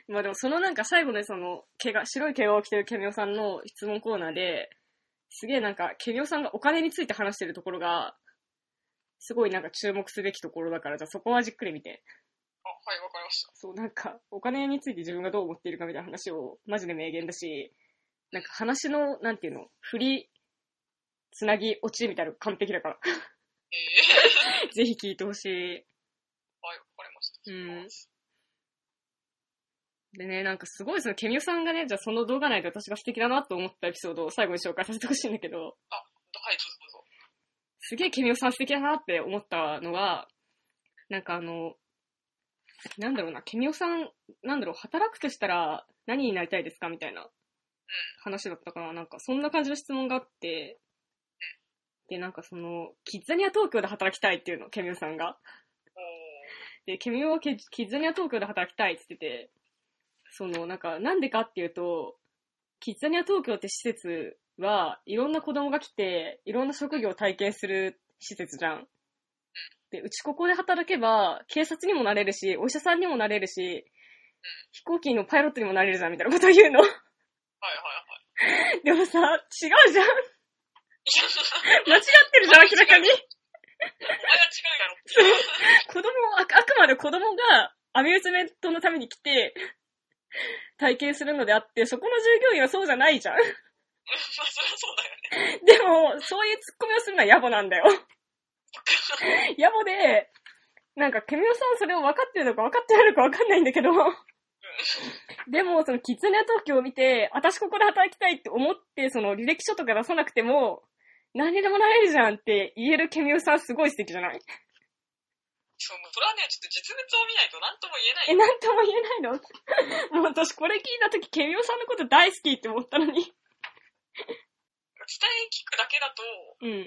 Speaker 1: うまあでもそのなんか最後のその、怪我、白い怪我を着てるケミオさんの質問コーナーで、すげえなんか、ケミオさんがお金について話してるところが、すごいなんか注目すべきところだから、じゃあそこはじっくり見て。
Speaker 2: あ、はい、わかりました。
Speaker 1: そう、なんか、お金について自分がどう思っているかみたいな話を、マジで名言だし、なんか話の、なんていうの、振り、つなぎ、落ちみたいなの完璧だから、
Speaker 2: ええ
Speaker 1: ぜひ聞いてほしい。
Speaker 2: はい、わかりました。
Speaker 1: うんでね、なんかすごいその、ケミオさんがね、じゃあその動画内で私が素敵だなと思ったエピソードを最後に紹介させてほしいんだけど、
Speaker 2: はい、どうぞどうぞ。
Speaker 1: すげえケミオさん素敵だなって思ったのは、なんかあの、なんだろうな、ケミオさん、なんだろう、働くとしたら何になりたいですかみたいな話だったかな。なんかそんな感じの質問があって、で、なんかその、キッザニア東京で働きたいっていうの、ケミオさんが。
Speaker 2: おー
Speaker 1: で、ケミオはキキッザニア東京で働きたいって言ってて、その、なんか、なんでかっていうと、キッザニア東京って施設はいろんな子供が来て、いろんな職業を体験する施設じゃん。で、うちここで働けば、警察にもなれるし、お医者さんにもなれるし、飛行機のパイロットにもなれるじゃんみたいなこと言うの。
Speaker 2: はいはいはい。
Speaker 1: でもさ、違うじゃん
Speaker 2: いや、
Speaker 1: 間違ってるじゃん、明らかに。
Speaker 2: お前は違うやろっていう。
Speaker 1: 子供あ、あくまで子供がアミューズメントのために来て、 体験するのであって、そこの従業員はそうじゃないじゃん。
Speaker 2: まあ、そりゃそうだよね。
Speaker 1: でも、そういうツッコミをするのは野暮なんだよ。野暮で、なんか、ケミオさんそれを分かってるのか分かってないのか分かんないんだけど、 でも、その、キツネ東京を見て、私ここで働きたいって思って、その、履歴書とか出さなくても、何にでもなれるじゃんって言えるケミオさんすごい素敵じゃない
Speaker 2: そう、もうそれはね、ちょっと実物を見ないと何とも言えない
Speaker 1: え、なんとも言えないの もう私これ聞いたとき、ケミオさんのこと大好きって思ったのに。
Speaker 2: 伝え聞くだけだと、
Speaker 1: うん。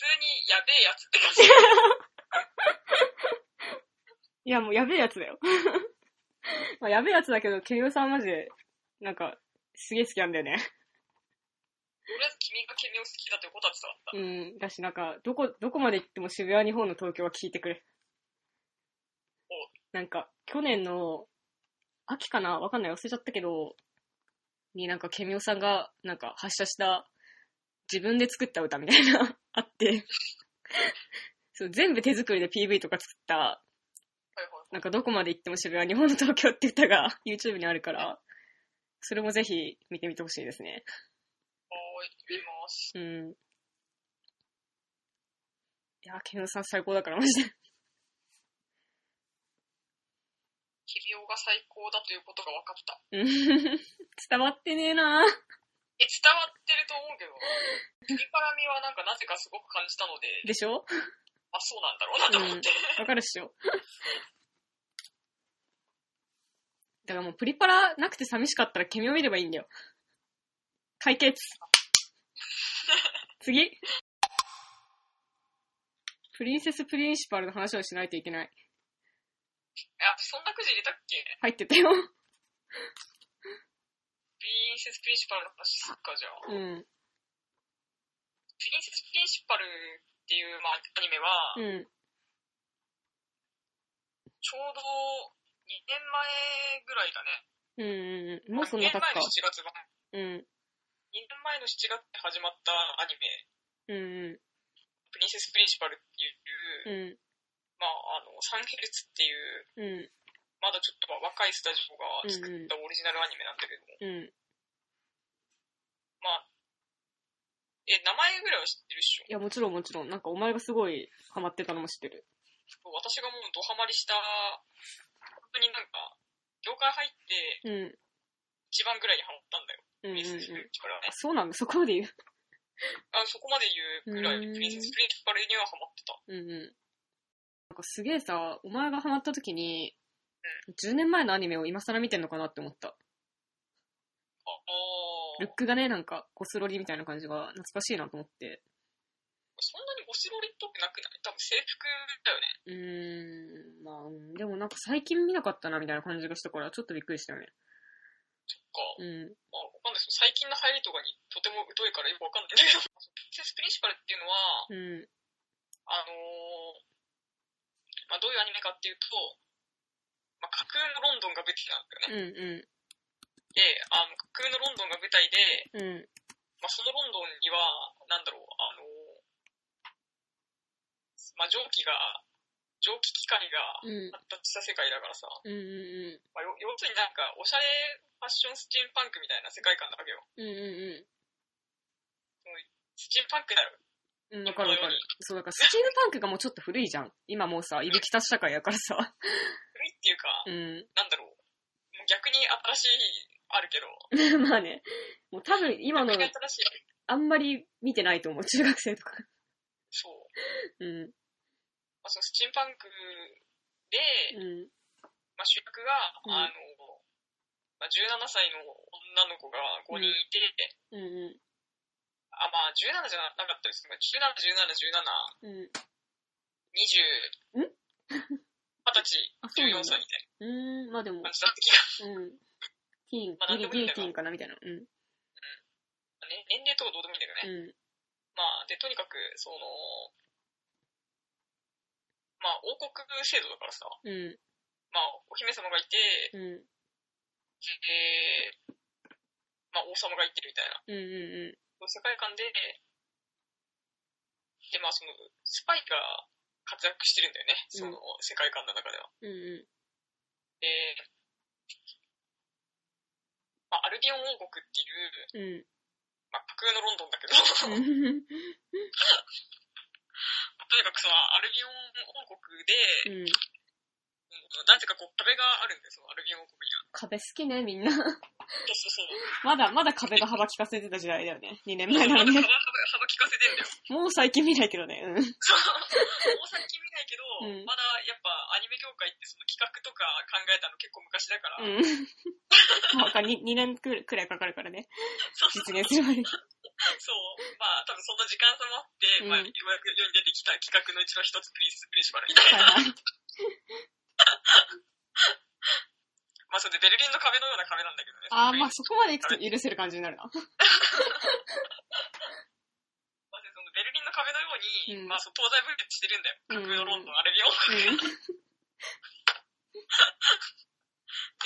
Speaker 2: 普通にやべえやつって感じ。
Speaker 1: いや、もうやべえやつだよ。 まあ、やべえやつだけど、ケミオさんマジで、なんか、すげえ好きなんだよね。
Speaker 2: とりあえず君がケミを好きだということは伝わった。
Speaker 1: うん。だし、なんか、どこ、どこまで行っても渋谷、日本の東京は聞いてくれ
Speaker 2: お。
Speaker 1: なんか、去年の、秋かなわかんない。忘れちゃったけど、になんか、ケミオさんが、なんか、発射した自分で作った歌みたいな、 あって。そう、全部手作りで PV とか作った、
Speaker 2: はいはい
Speaker 1: なんかどこまで行っても渋谷、日本の東京って歌が YouTube にあるから、それもぜひ見てみてほしいですね。
Speaker 2: はい。見ます。
Speaker 1: うん。いやー、ケンさん最高だから、マジで。
Speaker 2: キリオが最高だということが分かった。
Speaker 1: うん 伝わってねえなー
Speaker 2: え、伝わってると思うけど、ピリ辛みはなんかなぜかすごく感じたので、
Speaker 1: でしょ
Speaker 2: あ、そうなんだろうなと思って。
Speaker 1: わかるっしょ。だからもうプリパラなくて寂しかったらケミを見ればいいんだよ。解決。次。プリンセスプリンシパルの話をしないといけない。
Speaker 2: あ、そんなくじ入れたっ
Speaker 1: 入って
Speaker 2: け
Speaker 1: たよ。
Speaker 2: プリンセスプリンシパルの話すっか、じゃあ。
Speaker 1: うん。うん。
Speaker 2: プリンセスプリンシパルっていう、まあ、アニメ
Speaker 1: う
Speaker 2: は、
Speaker 1: ん。
Speaker 2: ちょうど2年前ぐらいだ
Speaker 1: うん
Speaker 2: ね。
Speaker 1: うん。もうそんな経つか。
Speaker 2: 2年前の7月版。
Speaker 1: うん。
Speaker 2: 2年前の7月に始まったアニメ、
Speaker 1: うんう
Speaker 2: プリンセスプリンシパルって
Speaker 1: ん。
Speaker 2: いう、
Speaker 1: う
Speaker 2: まあ、あの、サンヘルツってい
Speaker 1: ん。
Speaker 2: う、
Speaker 1: う
Speaker 2: まだちょっと若いスタジオが作ったオリジナルアニメなんだけども、
Speaker 1: ん。うん。
Speaker 2: まあ、え、名前ぐらいは知ってるっし
Speaker 1: い
Speaker 2: ょ
Speaker 1: や、もちろんもちろん。なんかお前がすごいハマってたのも知ってる。
Speaker 2: 私がもうドハマりした、本当になんか、業界入っ
Speaker 1: うん。
Speaker 2: て一番ぐらいにハマったんだよ。
Speaker 1: うんうん
Speaker 2: プ
Speaker 1: うん。
Speaker 2: リンセスプリンシパルは
Speaker 1: あ
Speaker 2: ね。
Speaker 1: そうなんだ。そこまで言う。
Speaker 2: あそこまで言うぐらい、
Speaker 1: うん
Speaker 2: プリンセスプリンシパルにはハマってた。
Speaker 1: うんうん。なんかすげえさ、お前がハマった時に、10年前のアニメを今更見てんのかなって思った。
Speaker 2: ああ
Speaker 1: ルッ
Speaker 2: ー、
Speaker 1: クがね、なんか、ゴスロリみたいな感じが懐かしいなと思って。
Speaker 2: そんなにゴシロリっぽくなくない多分制服だよね。
Speaker 1: うーん、まあうん、でもなんか最近見なかったなみたいな感じがしたから、ちょっとびっくりしたよね。
Speaker 2: か、
Speaker 1: うん。
Speaker 2: まあ、わかんないです最近の流行りとかにとても疎いからよくわかんないんだけど、 プリンセスプリンシパルっていうのは、
Speaker 1: う
Speaker 2: あのーまあ、どういうアニメかっていうと、まあ、架空のロンドンが舞台なんだよ
Speaker 1: ん。
Speaker 2: ね。
Speaker 1: う
Speaker 2: で、あの、架空のロンドンが舞台で、
Speaker 1: んうん。う
Speaker 2: まあ、そのロンドンには、なんだろう、あの、まあ、蒸気が、蒸気機械
Speaker 1: ん。うん。
Speaker 2: が発達した世界だからさ、
Speaker 1: うんう
Speaker 2: まあ、よ要するになんか、おしゃれファッションスチームパンクみたいな世界観なわけよ。
Speaker 1: んうん。うんう
Speaker 2: スチームパンクだよ。
Speaker 1: んうん。わかるわかる。そう、だからスチームパンクがもうちょっと古いじゃん。今もうさ、いびきた社会やから さ。
Speaker 2: 古いっていうか、
Speaker 1: うん。
Speaker 2: なんだろう。もう逆に新しい、あるけど、
Speaker 1: まあね。もう多分今の
Speaker 2: 逆に新しい、
Speaker 1: あんまり見てないと思う、中学生とか。
Speaker 2: そう。
Speaker 1: うん。
Speaker 2: まあ、そのスチームパンクで、
Speaker 1: うん。
Speaker 2: まあ、主役が、
Speaker 1: うん
Speaker 2: あの、まあ、17歳の女の子が5人いて、
Speaker 1: うんう
Speaker 2: あ、まあ、17じゃなかったですね。17、17、17、
Speaker 1: ん。うん。
Speaker 2: 20、
Speaker 1: ん
Speaker 2: 二十
Speaker 1: あ、そ
Speaker 2: 歳、
Speaker 1: うな
Speaker 2: 14
Speaker 1: んだ
Speaker 2: 歳みたい。
Speaker 1: うーん、まあでも
Speaker 2: な感、じだった気が。
Speaker 1: うん。ティーン、
Speaker 2: まあ
Speaker 1: ギリ
Speaker 2: なんでも
Speaker 1: ギ
Speaker 2: いいん
Speaker 1: リ
Speaker 2: だ
Speaker 1: ティ
Speaker 2: が
Speaker 1: ーンかなみたいな。うん。
Speaker 2: ね、年齢とかどうでもいいんだけどね。
Speaker 1: う
Speaker 2: まあ、で、とにかく、その、まあ、王国制度だからさ、
Speaker 1: ん。う
Speaker 2: まあ、お姫様がいて、
Speaker 1: ん。う
Speaker 2: で、まあ、王様がいてるみたいな、
Speaker 1: ん。うん。う
Speaker 2: そういう世界観で、で、まあ、その、スパイが活躍してるんだよね、その、世界観の中では。
Speaker 1: ん。うん。う
Speaker 2: で、まあ、アルビオン王国ってい
Speaker 1: ん。う
Speaker 2: う、
Speaker 1: ん。
Speaker 2: まあ、架空のロンドンだけど、 とにかくそのアルビオ
Speaker 1: うん。
Speaker 2: ン王国で、うんなぜかこう壁があるんですよ、アルビオン王国には。
Speaker 1: 壁好きね、みんな。
Speaker 2: そうそうそう。
Speaker 1: まだ、まだ壁が幅利かせてた時代だよね。2年前
Speaker 2: ま
Speaker 1: な
Speaker 2: だ
Speaker 1: の
Speaker 2: 幅
Speaker 1: ね
Speaker 2: 幅。幅利かせてんだよ。
Speaker 1: もう最近見ないけどね。うん。
Speaker 2: そう。大崎見ないけど、
Speaker 1: うん
Speaker 2: まだやっぱアニメ業界ってその企画とか考えたの結構昔だから、
Speaker 1: うん。 なんか 2, 2年くらいかかるからね。
Speaker 2: そうそう
Speaker 1: 実現するまで。
Speaker 2: そう。まあ多分そんな時間差もあって、
Speaker 1: うん
Speaker 2: まあようやく世に出てきた企画のうちの一つプリンスプリンシパルみたいな。
Speaker 1: はいはい。
Speaker 2: まあそれでベルリンの壁のような壁なんだけどね。
Speaker 1: ああ、まあそこまで行くと許せる感じになるな。
Speaker 2: まあ、そのベルリンの壁のように、
Speaker 1: うん
Speaker 2: まあ、その東西分裂してるんだよ。架空のロンドン、アルビオン。で、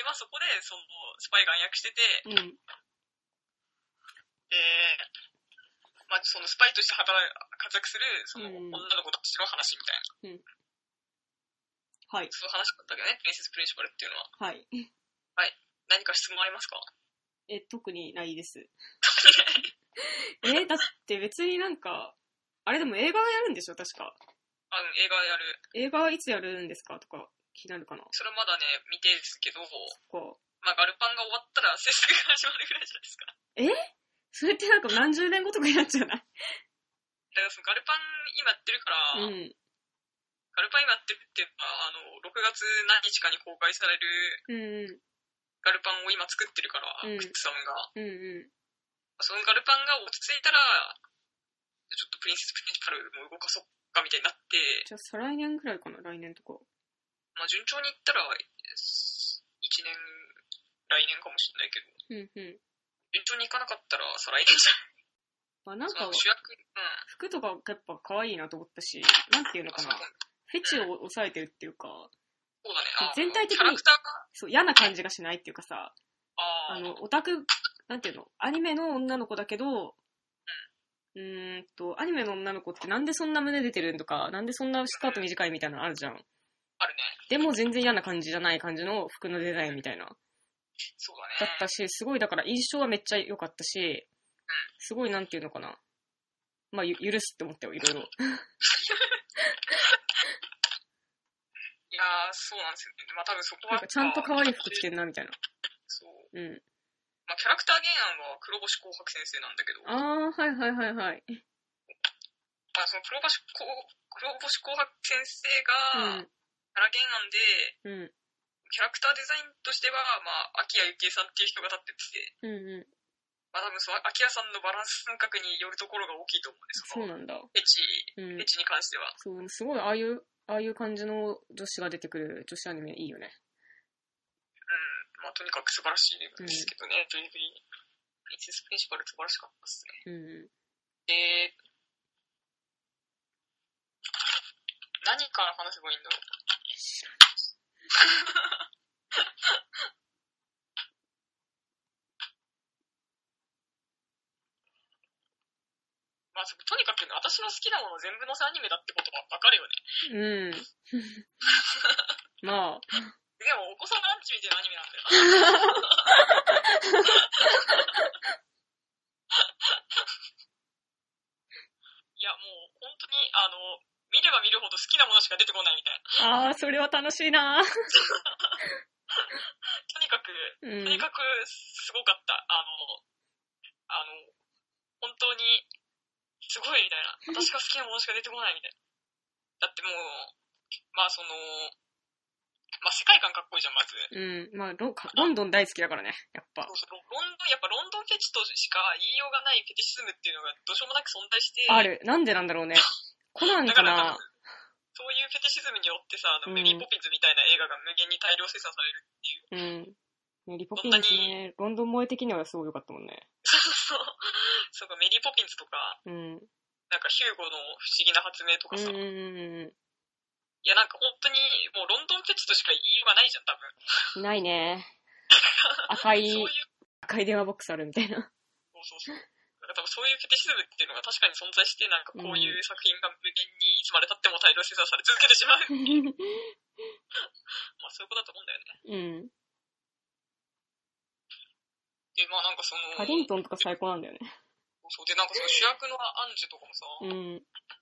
Speaker 2: まあ、そこで、その、スパイが暗躍してて、
Speaker 1: うん。うん。
Speaker 2: で、まあ、そのスパイとして働活躍する、その、
Speaker 1: うん
Speaker 2: 女の子たちの話みたいな、
Speaker 1: はい。
Speaker 2: そういう話だったけどね、プリンセス・プリンシパルっていうのは。
Speaker 1: はい。
Speaker 2: 何か質問ありますか
Speaker 1: え、特にない です。え、だって別になんか、あれでも映画はやるんでしょ確か。
Speaker 2: あの、映画やる。
Speaker 1: 映画はいつやるんですかとか気になるかな
Speaker 2: それまだね、未定ですけど、
Speaker 1: こう。
Speaker 2: まあ、ガルパンが終わったら制作が始まるぐらいじゃないです
Speaker 1: そ
Speaker 2: か。
Speaker 1: れってなんか何十年後とかになっちゃうない
Speaker 2: だからそのガルパン今やってるから、
Speaker 1: うん。
Speaker 2: ガルパン今やってるっていうのは、あの、6月何日かに公開される
Speaker 1: うんう
Speaker 2: ガルパンを今作ってるから、
Speaker 1: うん
Speaker 2: クッツさんが。
Speaker 1: ん。うんう
Speaker 2: そのガルパンが落ち着いたら、ちょっとプリンセス・プリンシパルも動かそっかみたいになって、
Speaker 1: ん。じゃあ再来年くらいかな来年とか。
Speaker 2: まあ順調にいったら、1年、来年かもしれないけど、
Speaker 1: うんうん。
Speaker 2: 順調にいかなかったら再来年じ
Speaker 1: まあなん
Speaker 2: ゃん。そ
Speaker 1: か
Speaker 2: の、主役、うん。
Speaker 1: 服とかやっぱ可愛いなと思ったし、なんていうのかな
Speaker 2: そうだね
Speaker 1: フェチを抑えてるっていうか、
Speaker 2: そうだね。あ
Speaker 1: 全体的に
Speaker 2: キャラクターが、
Speaker 1: そう、嫌な感じがしないっていうかさ、
Speaker 2: あ
Speaker 1: あ
Speaker 2: あ、
Speaker 1: の、オタク、なんていうのアニメの女の子だけど、うーんと、アニメの女の子ってなんでそんな胸出てるんとか、なんでそんなスカート短いみたいなのあるじゃん。
Speaker 2: あるね。
Speaker 1: でも全然嫌な感じじゃない感じの服のデザインみたいな。
Speaker 2: そう
Speaker 1: だ
Speaker 2: だ
Speaker 1: っ
Speaker 2: ね。
Speaker 1: たし、すごいだから印象はめっちゃ良かったし、すごいなんていうのかな。まあ、ゆ許すって思ったよ、いろいろ。
Speaker 2: いやー、そうなんですよね。まあ多分そこ
Speaker 1: なんか
Speaker 2: は。
Speaker 1: ちゃんと可愛い服着てるな、みたいな。
Speaker 2: そう。
Speaker 1: うん。
Speaker 2: まあキャラクター原案は黒星紅白先生なんだけど、ま
Speaker 1: あー、はいはいはいはい。
Speaker 2: あその黒星紅黒星紅白先生
Speaker 1: う
Speaker 2: が、
Speaker 1: ん。
Speaker 2: キャラ原案で、
Speaker 1: うん。
Speaker 2: キャラクターデザインとしては、まあ、秋谷幸恵さんっていう人が立って
Speaker 1: う
Speaker 2: て、
Speaker 1: んうん。
Speaker 2: まあ多分その秋谷さんのバランス感覚によるところが大きいと思うんです
Speaker 1: そう
Speaker 2: よ。
Speaker 1: なんだ。
Speaker 2: エチ、
Speaker 1: うん
Speaker 2: エ。チに関しては。
Speaker 1: そう、すごい、ああいう、ああいう感じの女子が出てくる女子アニメいいよね。
Speaker 2: うん。まあとにかく素晴らしいですけどね、というふうに。プリンセス・プリンシパル素晴らしかったですね。
Speaker 1: うん。
Speaker 2: で、何から話せばいいんだろう。まあ、そとにかくね、私の好きなもの全部載せアニメだってことがわかるよね。
Speaker 1: うん。まあ、
Speaker 2: でも、お子さんランチみたいなアニメなん だよな。いや、もう、本当に、あの、見れば見るほど好きなものしか出てこないみたいな。
Speaker 1: ああ、それは楽しいな。
Speaker 2: とにかく、
Speaker 1: うん。
Speaker 2: とにかく、すごかった。あの、あの、本当に、すごいみたいな。私が好きなものしか出てこないみたいな。だってもう、まあその、まあ世界観かっこいいじゃん、まず。
Speaker 1: うん。まあロン、ロンドン大好きだからね、やっぱ
Speaker 2: そう。そうロンドン、やっぱロンドンフェチとしか言いようがないフェティシズムっていうのがどうしようもなく存在して、
Speaker 1: ある。なんでなんだろうね。コナン
Speaker 2: だ
Speaker 1: か
Speaker 2: から
Speaker 1: な
Speaker 2: 多分そういうフェティシズムによってさ、あの
Speaker 1: うん
Speaker 2: メリー・ポピンズみたいな映画が無限に大量生産される。
Speaker 1: うん。ね、リポピンズね、ロンドン萌え的にはすごい良かったもんね。
Speaker 2: そうそうか、メリー・ポピンズとか、
Speaker 1: うん。
Speaker 2: なんかヒューゴの不思議な発明と
Speaker 1: う
Speaker 2: か
Speaker 1: ん
Speaker 2: さ、
Speaker 1: うん
Speaker 2: い
Speaker 1: うん
Speaker 2: やなんか本当にもうロンドンフェチとしか言いようがないじゃん、多分。
Speaker 1: うん。ない ね。赤い
Speaker 2: そういう、、
Speaker 1: 赤い電話ボックスあるみたいな。
Speaker 2: そうそうそう。だから多分そういうフェティシズムっていうのが確かに存在して、なんかこういう作品が無限にいつまで経っても大量生産され続けてしま う。まあそういうことだと思うんだよね。
Speaker 1: うん。
Speaker 2: で、まあなんかその、
Speaker 1: パディントンとか最高なんだよね。
Speaker 2: そうで、なんかその主役のアンジュとかもさ、
Speaker 1: うん。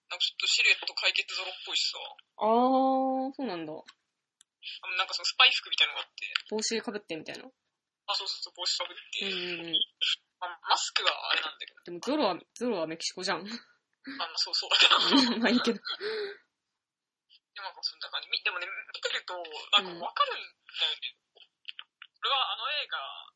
Speaker 2: なんかちょっとシルエット解決ゾロっぽいしさ、
Speaker 1: あー、そうなんだ。
Speaker 2: あのなんかそのスパイ服みたいのがあって、
Speaker 1: 帽子かぶってみたいな。う
Speaker 2: あ、そうそうそう、帽子かぶって、
Speaker 1: んうんうん。
Speaker 2: まあマスクはあれなんだけど、
Speaker 1: でもゾロは、ゾロはメキシコじゃん。
Speaker 2: あの、そうそう だけど、
Speaker 1: まあいいけど。
Speaker 2: でもなんかそんな感じ。みでもね、見てると、なんかわかるんだよね。これはあの映画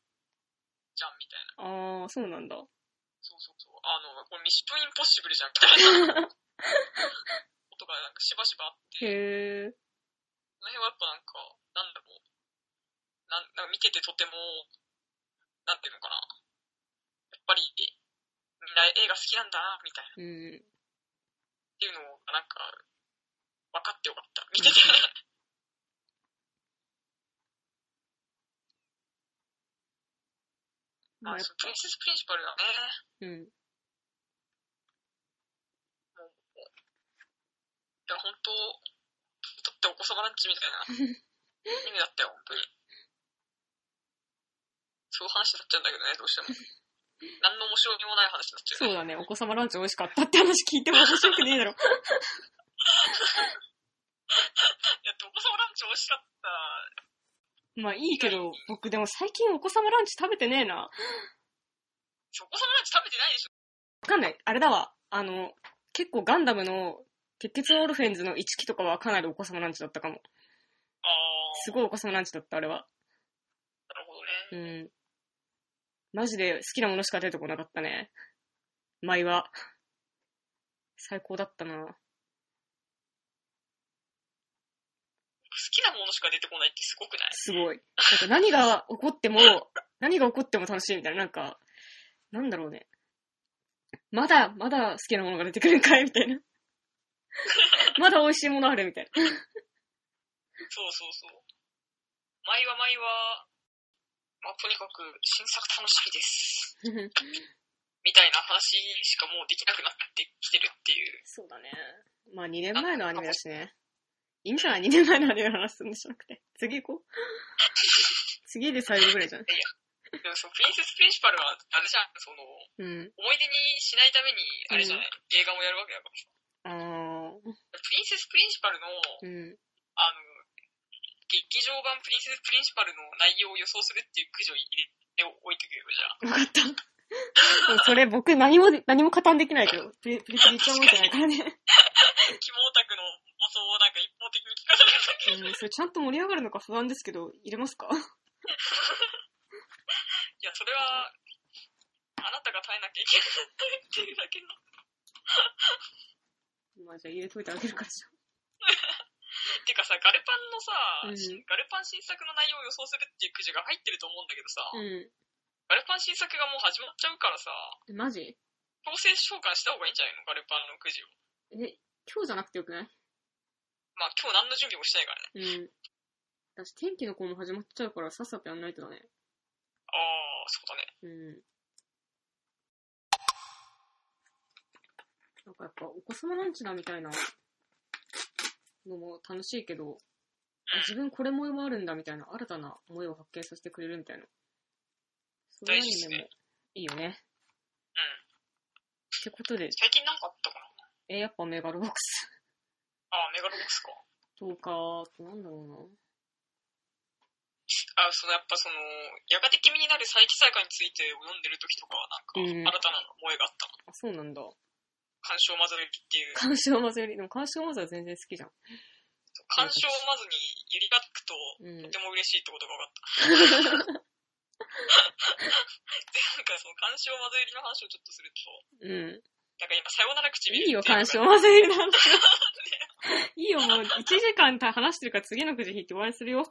Speaker 2: じゃん、みたいな。
Speaker 1: あー、そうなんだ。
Speaker 2: そうそうそう。あの、これミッションインポッシブルじゃん、みたい な。ことがなんかしばしばあって、
Speaker 1: へー。
Speaker 2: この辺はやっぱなんか、なんだろう。なんなんか見ててとても、なんていうのかな。やっぱり、みんな映画好きなんだな、みたいな。
Speaker 1: うん。
Speaker 2: っていうのがなんか、分かってよかった。見てて。
Speaker 1: まあ
Speaker 2: あ、
Speaker 1: やっ
Speaker 2: そうプリンセスプリンシパルだね。
Speaker 1: うん。
Speaker 2: にとってお子様ランチみたい な意味だったよ、本当に。そういう話になっちゃうんだけどね、ど うしても。何の面白みもない話になっちゃ
Speaker 1: そう
Speaker 2: う。
Speaker 1: だね、お子様ランチ美味しかったって話聞いても面白くねえだろ。
Speaker 2: いや、でもお子様ランチ美味しかった。
Speaker 1: まあいいけど、僕でも最近お子様ランチ食べてねえな。わ
Speaker 2: お子様ランチ食べてないでしょ
Speaker 1: かんない。あれだわ。あの、結構ガンダムの、鉄血のオルフェンズの1期とかはかなりお子様ランチだったかも。
Speaker 2: あー、
Speaker 1: すごいお子様ランチだった、あれは。
Speaker 2: なるほど
Speaker 1: う
Speaker 2: ね。
Speaker 1: ん。マジで好きなものしか出てこなかったね。舞は。最高だったな。
Speaker 2: 好きなものしか出てこないってすごくない
Speaker 1: すごい。なんか何が起こっても、何が起こっても楽しいみたいな、なんか、なんだろうね。まだ、まだ好きなものが出てくるんかいみたいな。まだ美味しいものあるみたいな。
Speaker 2: そうそうそう。毎は毎は、まあ、とにかく新作楽しみです。みたいな話しかもうできなくなってきてるっていう。
Speaker 1: そうだね。まあ2年前のアニメだしね。いいんじゃない ?2 年前のアニメの話すんのしなくて。次行こう。次で最後ぐらいじゃん。
Speaker 2: でもそう、プリンセスプリンシパルは、あれじゃん、その、思
Speaker 1: うん。
Speaker 2: い出にしないために、あれじゃない、映画もやるわけだからさ。
Speaker 1: あー。
Speaker 2: プリンセスプリンシパルの、
Speaker 1: うん。
Speaker 2: あの、劇場版プリンセスプリンシパルの内容を予想するっていう駆除を入れておいてくれよ、じゃあ。
Speaker 1: よかった。でもそれ僕何も、何も加担できないけど、プリプリプリ一応持ってないからね。
Speaker 2: キモオタクの妄想をなんか一方的に聞かされるだけ。
Speaker 1: うん、それちゃんと盛り上がるのか不安ですけど、入れますか
Speaker 2: いや、それは、あなたが耐えなきゃいけないっていうだけの。
Speaker 1: まあじゃあ入れといてあげるからじ
Speaker 2: てかさ、ガルパ
Speaker 1: う
Speaker 2: ンのさ、
Speaker 1: ん
Speaker 2: 新ガルパン新作の内容を予想するっていうくじが入ってると思うんだけどさ、
Speaker 1: ゃん。
Speaker 2: ガルパン新作がもう始まっちゃうからさ、
Speaker 1: うん。マジ
Speaker 2: 強制召喚した方がいいんじゃないのガルパンのくじを。
Speaker 1: え、今日じゃなくてよくない
Speaker 2: まあ今日何の準備もしてないからね。
Speaker 1: うん。私天気の子も始まっちゃうからさっさとやんないとだね。
Speaker 2: あー、そうだね。
Speaker 1: うん。なんかやっぱお子様ランチだみたいなのも楽しいけど、あ自分これもあるんだみたいな新たな思いを発見させてくれるみたいな。そういう
Speaker 2: 大事っす
Speaker 1: 意味でも
Speaker 2: ね
Speaker 1: いいよね。ってことで、
Speaker 2: 最近なんかあったかな
Speaker 1: え、やっぱメガロボックス
Speaker 2: あー、メガロボックスか。
Speaker 1: とか、あとなんだろうな。
Speaker 2: あー、そのやっぱその、やがて君になる再起再開についてを読んでる時とかは
Speaker 1: うん
Speaker 2: なんか、新たな思いがあった
Speaker 1: あ、
Speaker 2: な。
Speaker 1: そうなんだ。
Speaker 2: 干渉混ざるっていう。
Speaker 1: 干渉まずより、でも干渉まずは全然好きじゃん。
Speaker 2: 干渉まずに揺りがつくと、
Speaker 1: うん
Speaker 2: とても嬉しいってことが分かった。で、なんかその干渉まずいりの話をちょっとすると、
Speaker 1: うん。
Speaker 2: なんか今、さよなら唇
Speaker 1: いいよ、
Speaker 2: ってうのが
Speaker 1: 干渉まずいなんて。 いいよ、もう1時間た話してるから次のくじ引いて終わりにするよ。
Speaker 2: あ、は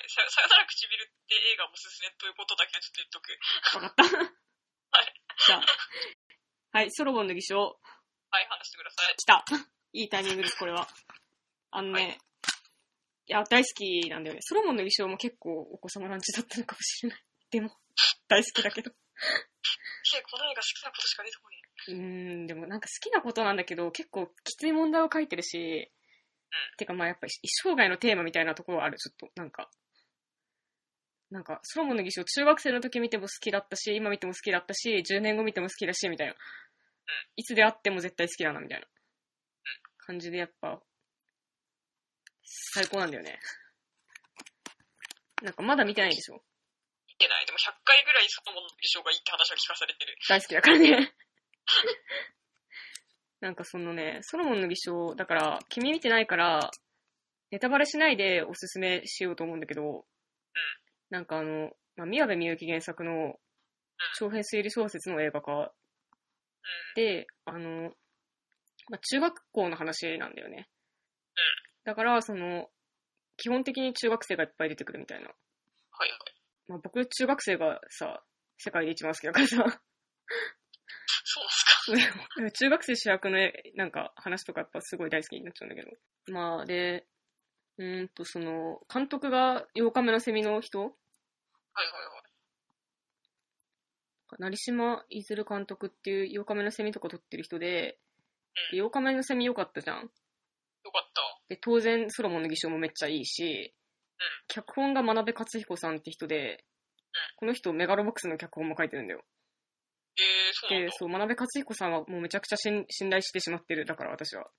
Speaker 2: い。ささよなら唇って映画おすすめということだけはちょっと
Speaker 1: わかった。
Speaker 2: 言っとく。
Speaker 1: じゃあ。はい、ソロモンの偽証、
Speaker 2: はい、話してください。
Speaker 1: 来た。いいタイミングです、これは。あのね、
Speaker 2: はい
Speaker 1: い、や、大好きなんだよね。ソロモンの偽証も結構お子様ランチだったのかもしれない。でも、大好きだけど。
Speaker 2: いや、この映画好きなことしか出てこねえ。
Speaker 1: うーん、でもなんか好きなことなんだけど、結構きつい問題を書いてるし、てかまあやっぱ一生涯のテーマみたいなところはある、ちょっと、なんか。なんか、ソロモンの偽証、中学生の時見ても好きだったし、今見ても好きだったし、10年後見ても好きだし、みたいな。いつであっても絶対好きだな、みたいな。感じでやっぱ、最高なんだよね。なんかまだ見てないんでしょ
Speaker 2: 見てない。でも100回ぐらいそのものの印象がいいって話は聞かされてる。
Speaker 1: 大好きだからね。なんかそのね、ソロモンの偽証、だから、君見てないから、ネタバレしないでおすすめしようと思うんだけど、なんかあの、まあ、宮部みゆき原作の長編推理小説の映画化で、あの、まあ、中学校の話なんだよね。だから、その、基本的に中学生がいっぱい出てくるみたいな。
Speaker 2: はいはい。
Speaker 1: まあ、僕、中学生がさ、世界で一番好きだからさ。
Speaker 2: そうなんすか。
Speaker 1: うん中学生主役のえなんか話とかやっぱすごい大好きになっちゃうんだけど。まあで、うーんとその、監督が8日目のセミの人
Speaker 2: はいはいはい。
Speaker 1: 成島いずる監督っていう8日目のセミとか撮ってる人で、で8日目のセミ良かったじゃん。
Speaker 2: よかった。
Speaker 1: で、当然、ソロモンの偽証もめっちゃいいし、脚本が真鍋勝彦さんって人で、この人メガロボックスの脚本も書いてるんだよ。
Speaker 2: えー、そうなん
Speaker 1: で、
Speaker 2: だ。
Speaker 1: そう、真鍋勝彦さんはもうめちゃくちゃ信信頼してしまってる、だから私は。
Speaker 2: 確か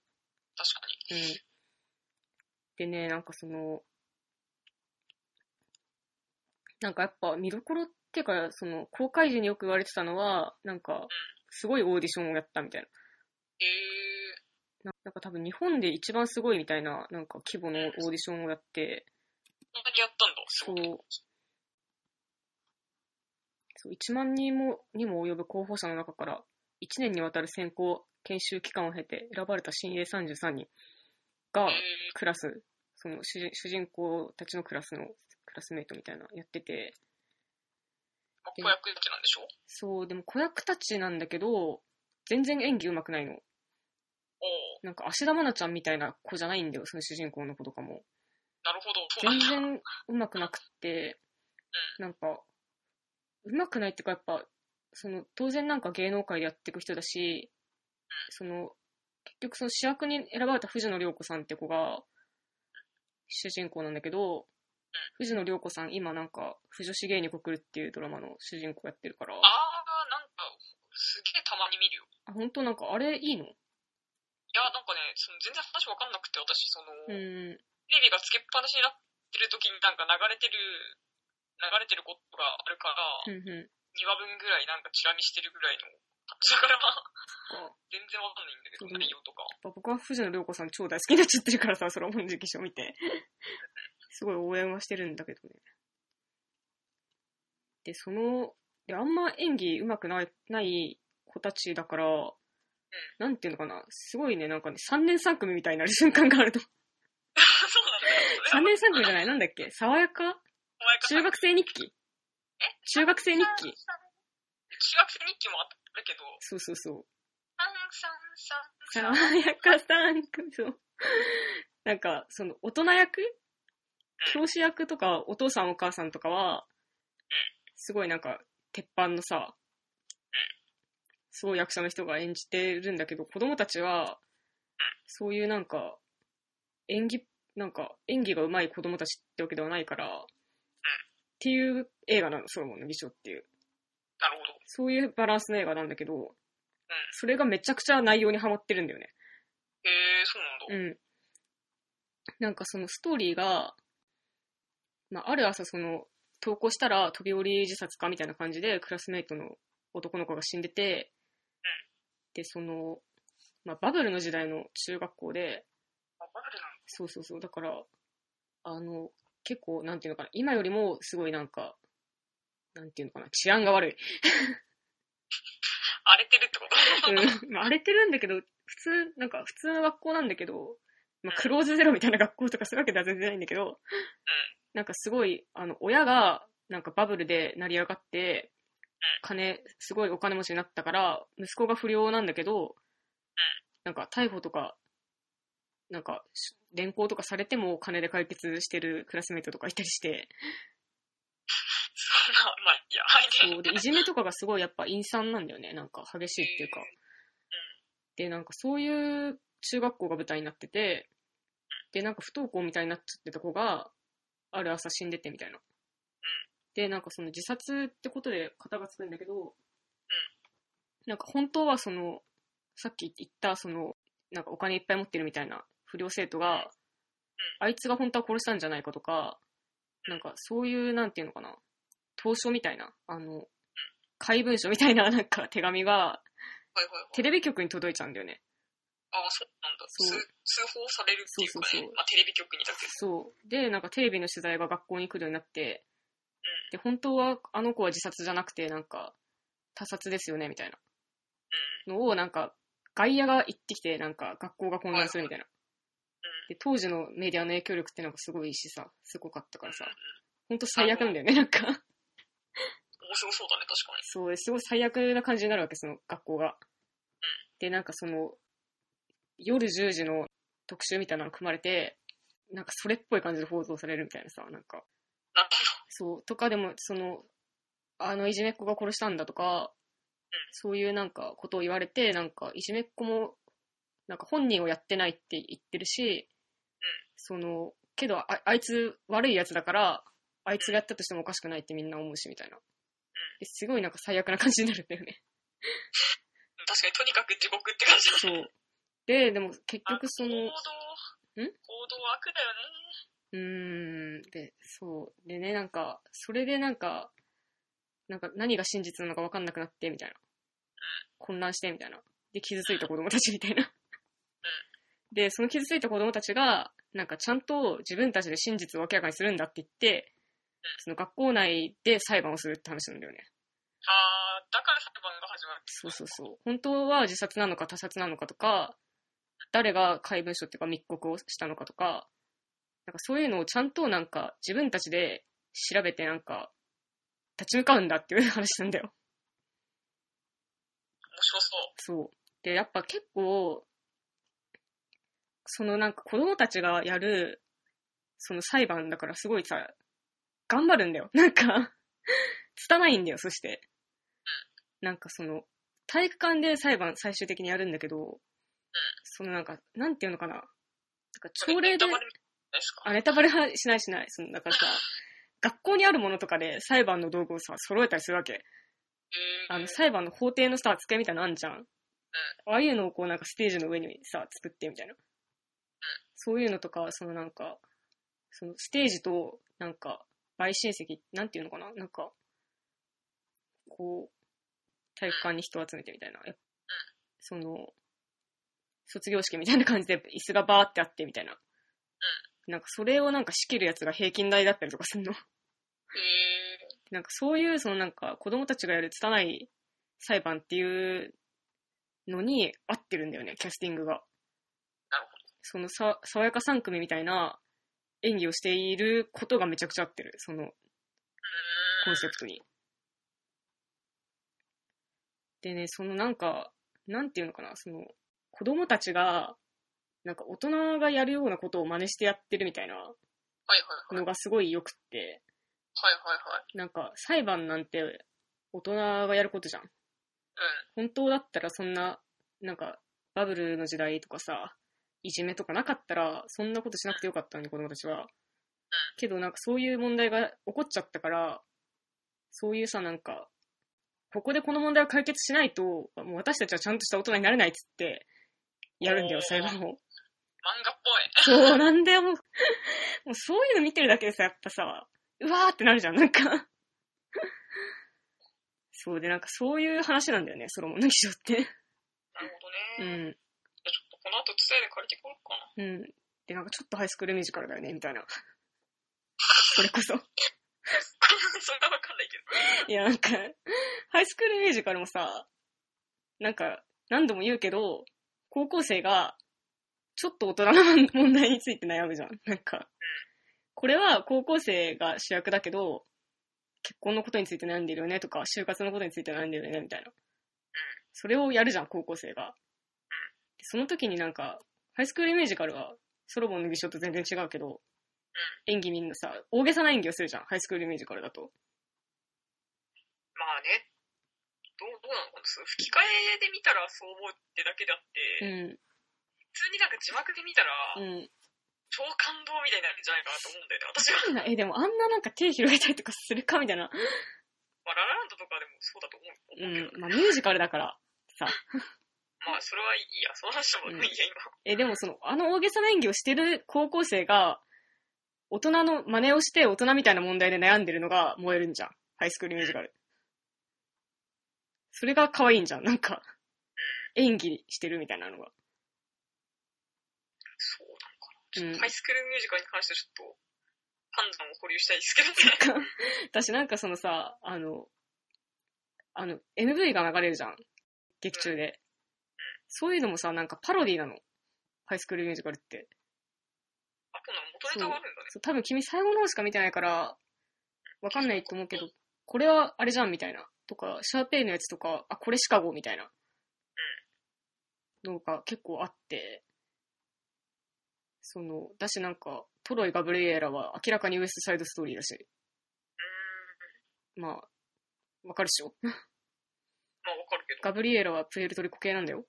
Speaker 2: に。
Speaker 1: うん。でね、なんかその、なんかやっぱ見どころっていうか、その、公開時によく言われてたのは、なんか、すごいオーディションをやったみたいな。
Speaker 2: えー、
Speaker 1: ななんか多分日本で一番すごいみたいな、なんか規模のオーディションをやって、
Speaker 2: そんなにやったんだ。す
Speaker 1: そ
Speaker 2: ご
Speaker 1: う
Speaker 2: い。。
Speaker 1: そう、1万人も、にも及ぶ候補者の中から、1年にわたる選考、研修期間を経て選ばれた新鋭33人が、
Speaker 2: えー、
Speaker 1: クラス、その主人主人公たちのクラスの、クラスメイトみたいな、やってて、
Speaker 2: まあ、子役ってなんでしょう
Speaker 1: そう、でも子役たちなんだけど、全然演技うまくないの。
Speaker 2: おー
Speaker 1: なんか、芦田愛菜ちゃんみたいな子じゃないんだよ、その主人公の子とかも。
Speaker 2: なるほど。そうな
Speaker 1: 全
Speaker 2: ん
Speaker 1: 然
Speaker 2: だ。
Speaker 1: うまくなくって、なんか、うまくないっていうか、やっぱ、その、当然なんか芸能界でやっていく人だし、その、結局その主役に選ばれた藤野涼子さんって子が、主人公なんだけど、藤野涼子さん今なんか、不女子芸に告るっていうドラマの主人公やってるから、
Speaker 2: あー、なんか、すげえたまに見るよ。
Speaker 1: あ、本当なんかあれいいの
Speaker 2: いや、なんかね、その全然話わかんなくて、私、その、
Speaker 1: う
Speaker 2: テ
Speaker 1: ん、
Speaker 2: レビがつけっぱなしになってる時になんか流れてる、流れてることがあるから、
Speaker 1: うん、う
Speaker 2: 2話分ぐらいなんかチラ見してるぐらいの感じだか
Speaker 1: ん。
Speaker 2: ら、
Speaker 1: やっ
Speaker 2: 全然わかんないんだけど
Speaker 1: そう、
Speaker 2: 内容とか。
Speaker 1: ぱ僕は藤野涼子さん超大好きになっちゃってるからさ、それ は本直書見 て。すごい応援はしてるんだけどね。で、その、で、あんま演技上手くない、ない子たちだから、なんていうのかな、すごいね、なんかね、3年3組みたいになる瞬間がある と。
Speaker 2: そうなんだよ。
Speaker 1: 3年3組じゃないなんだっけ爽やか
Speaker 2: お前
Speaker 1: 中学生日記中学生日記
Speaker 2: 中学生日記もあったけど、
Speaker 1: そうそうそう。
Speaker 2: 三三
Speaker 1: 爽
Speaker 2: 三三。
Speaker 1: やか3組、そう。 なんか、その、大人役教師役とか、お父さんお母さんとかは、すごいなんか、鉄板のさ、すごい役者の人が演じてるんだけど、子供たちは、そういうなんか、演技、なんか、演技が上手い子供たちってわけではないから、っていう映画なの、ソロモンの偽証っていう。
Speaker 2: なるほど。
Speaker 1: そういうバランスの映画なんだけど、それがめちゃくちゃ内容にハマってるんだよね。
Speaker 2: へえー、そうなんだ。うん。
Speaker 1: うん。なんかそのストーリーが、まあ、ある朝その、投稿したら飛び降り自殺かみたいな感じで、クラスメイトの男の子が死んでて、で、その、まあ、バブルの時代の中学校で、
Speaker 2: あ、バブルなんだ。
Speaker 1: そうそうそう、だから、あの、結構、なんていうのかな、今よりもすごいなんか、なんていうのかな、治安が悪い。
Speaker 2: 荒れてるってこと
Speaker 1: うんまあ、荒れてるんだけど、普通、なんか普通の学校なんだけど、まあ、クローズゼロみたいな学校とかそういうわけでは全然ないんだけど、なんかすごい、あの、親が、なんかバブルで成り上がって、金、すごいお金持ちになったから、息子が不良なんだけど、なんか逮捕とか、なんか、し連行とかされても金で解決してるクラスメイトとかいたりして、
Speaker 2: そんな、まあ、いや、はい、で。
Speaker 1: そうで、いじめとかがすごいやっぱ陰惨なんだよね。なんか激しいっていうか。で、なんかそういう中学校が舞台になってて、で、なんか不登校みたいになっちゃってた子が、ある朝死んでてみたいな。で、なんかその自殺ってことで型がつくんだけど、なんか本当はその、さっき言ったその、なんかお金いっぱい持ってるみたいな不良生徒が、あいつが本当は殺したんじゃないかとか、なんかそういう、なんていうのかな、投書みたいな、あの、怪文書みたいななんか手紙が
Speaker 2: はいはいはい。
Speaker 1: テレビ局に届いちゃうんだよね。
Speaker 2: ああ、そうなんだ。
Speaker 1: そう
Speaker 2: 通通報されるっていうか
Speaker 1: そう
Speaker 2: ね。
Speaker 1: そうそう
Speaker 2: まあ、テレビ局にだけ。
Speaker 1: そう。で、なんかテレビの取材が学校に来るようになって、で、本当はあの子は自殺じゃなくて、なんか、他殺ですよね、みたいな。のを、なんか、外野が行ってきて、なんか、学校が混乱するみたいな。で、当時のメディアの影響力ってのがすごいしさ、すごかったからさ、本当最悪なんだよね、なんか。
Speaker 2: 面白そうだね、確かに。
Speaker 1: そう、すごい最悪な感じになるわけ、その学校が。で、なんかその、夜10時の特集みたいなの組まれて、なんかそれっぽい感じで報道されるみたいなさ、なんか、
Speaker 2: なるほ
Speaker 1: そ
Speaker 2: ど。
Speaker 1: う、とかでも、その、あのいじめっ子が殺したんだとか、そういうなんかことを言われて、なんかいじめっ子も、なんか本人をやってないって言ってるし、
Speaker 2: うん
Speaker 1: その、けどあ、あいつ悪いやつだから、あいつがやったとしてもおかしくないってみんな思うし、みたいな。ですごいなんか最悪な感じになるんだよね。
Speaker 2: 確かにとにかく地獄って感じ。
Speaker 1: そう。で、でも結局そ
Speaker 2: 行動、
Speaker 1: の、
Speaker 2: 行動
Speaker 1: ん
Speaker 2: は悪だよね。
Speaker 1: うーん、で、そう。でね、なんか、それでなんか、なんか何が真実なのか分かんなくなって、みたいな。混乱して、みたいな。で、傷ついた子供たちみたいな。で、その傷ついた子供たちが、なんかちゃんと自分たちで真実を明らかにするんだって言って、その学校内で裁判をするって話なんだよね。
Speaker 2: あー、だから裁判が始まる。
Speaker 1: そうそうそう。本当は自殺なのか他殺なのかとか、誰が怪文書っていうか密告をしたのかとか、なんかそういうのをちゃんとなんか自分たちで調べてなんか立ち向かうんだっていう話なんだよ。
Speaker 2: 面白そう。
Speaker 1: そう。で、やっぱ結構、そのなんか子供たちがやる、その裁判だからすごいさ、頑張るんだよ。なんか、拙いんだよ、そして。なんかその、体育館で裁判最終的にやるんだけど、そのなんか、なんていうのかな。なんか
Speaker 2: それ
Speaker 1: 朝礼で
Speaker 2: ネタ、バレですか
Speaker 1: あ、ネタバレはしないしない。その、だからさ、学校にあるものとかで裁判の道具をさ、揃えたりするわけ。
Speaker 2: えー、
Speaker 1: あの、裁判の法廷のさ、机みたいなのあんじゃん。ああいうのをこうなんかステージの上にさ、作ってみたいな。そういうのとか、そのなんか、そのステージと、なんか、陪審席、なんていうのかななんか、こう、体育館に人を集めてみたいな。やっその、卒業式みたいな感じで椅子がバーってあってみたいな。なんかそれをなんか仕切るやつが平均台だったりとかするの。
Speaker 2: えー、
Speaker 1: なんかそういう、そのなんか子供たちがやる拙い裁判っていうのに合ってるんだよね、キャスティングが。
Speaker 2: なるほ
Speaker 1: そのさ、爽やか3組みたいな演技をしていることがめちゃくちゃ合ってる、そのコンセプトに。でね、そのなんか、なんていうのかな、その、子供たちが、なんか大人がやるようなことを真似してやってるみたいな
Speaker 2: はいはいはい。はいはい
Speaker 1: のがすごい良くって。
Speaker 2: はい。
Speaker 1: なんか裁判なんて大人がやることじゃん。本当だったらそんな、なんかバブルの時代とかさ、いじめとかなかったらそんなことしなくてよかったのに子供たちは。けどなんかそういう問題が起こっちゃったから、そういうさなんか、ここでこの問題を解決しないと、もう私たちはちゃんとした大人になれないっつって、やるんだよ、
Speaker 2: おー
Speaker 1: 裁判を。
Speaker 2: うん。漫画っぽい。
Speaker 1: そうなんだよ、もう。も うそういうの見てるだけでさ、やっぱさ、うわーってなるじゃん、なんか。そうで、なんかそういう話なんだよね、ソロモンの気象って。
Speaker 2: なるほ
Speaker 1: う
Speaker 2: どね。
Speaker 1: ん。
Speaker 2: じゃあちょっとこの後伝えで借りてこようかな。
Speaker 1: うん。で、なんかちょっとハイスクールミュージカルだよね、みたいな。 それこそ。
Speaker 2: それはわかんないけど。
Speaker 1: いや、なんか、ハイスクールミュージカルもさ、なんか、何度も言うけど、高校生が、ちょっと大人の問題について悩むじゃん。なんか、これは高校生が主役だけど、結婚のことについて悩んでるよねとか、就活のことについて悩んでるよねみたいな。それをやるじゃん、高校生が。その時になんか、ハイスクールミュージカルは、ソロモンの偽証と全然違うけど、演技みんなさ、大げさな演技をするじゃん、ハイスクールミュージカルだと。
Speaker 2: まあね。どう、どうなのかなその吹き替えで見たらそう思うってだけであっ
Speaker 1: う
Speaker 2: て、
Speaker 1: ん、
Speaker 2: 普通になんか字幕で見たら、
Speaker 1: うん。
Speaker 2: 超感動みたいになるんじゃないかなと思うんだよね。私は。
Speaker 1: なえ、でもあんななんか手広げたりとかするかみたいな。
Speaker 2: まあ、ララランドとかでもそうだと思う
Speaker 1: う
Speaker 2: 思うけ
Speaker 1: ん
Speaker 2: ど。、
Speaker 1: まあミュージカルだからさ。
Speaker 2: まあ、それはいいや。その話はもういいや、今。
Speaker 1: え、でもその、あの大げさな演技をしてる高校生が、大人の真似をして大人みたいな問題で悩んでるのが燃えるんじゃん。ハイスクールミュージカル。それが可愛いんじゃん。なんか、演技してるみたいなのが。
Speaker 2: そうなの
Speaker 1: う
Speaker 2: かな。
Speaker 1: ん
Speaker 2: ハイスクールミュージカルに関してちょっと、判断を保留したいですけどね。
Speaker 1: 私なんかそのさ、あの、あの、MV が流れるじゃん。劇中で。そういうのもさ、なんかパロディなの。ハイスクールミュージカルって。
Speaker 2: あ、そうなの元ネタがあるんだね。
Speaker 1: そう、多分君最後の方しか見てないから、わかんないと思うけど、これはあれじゃんみたいな。とか、シャーペイのやつとか、あ、これシカゴみたいな。のが結構あって、その、だしなんか、トロイ・ガブリエラは明らかにウエストサイドストーリーだし、まあ、わかるでしょ
Speaker 2: うーん。まあ、わかるけど。
Speaker 1: ガブリエラはプエルトリコ系なんだよ。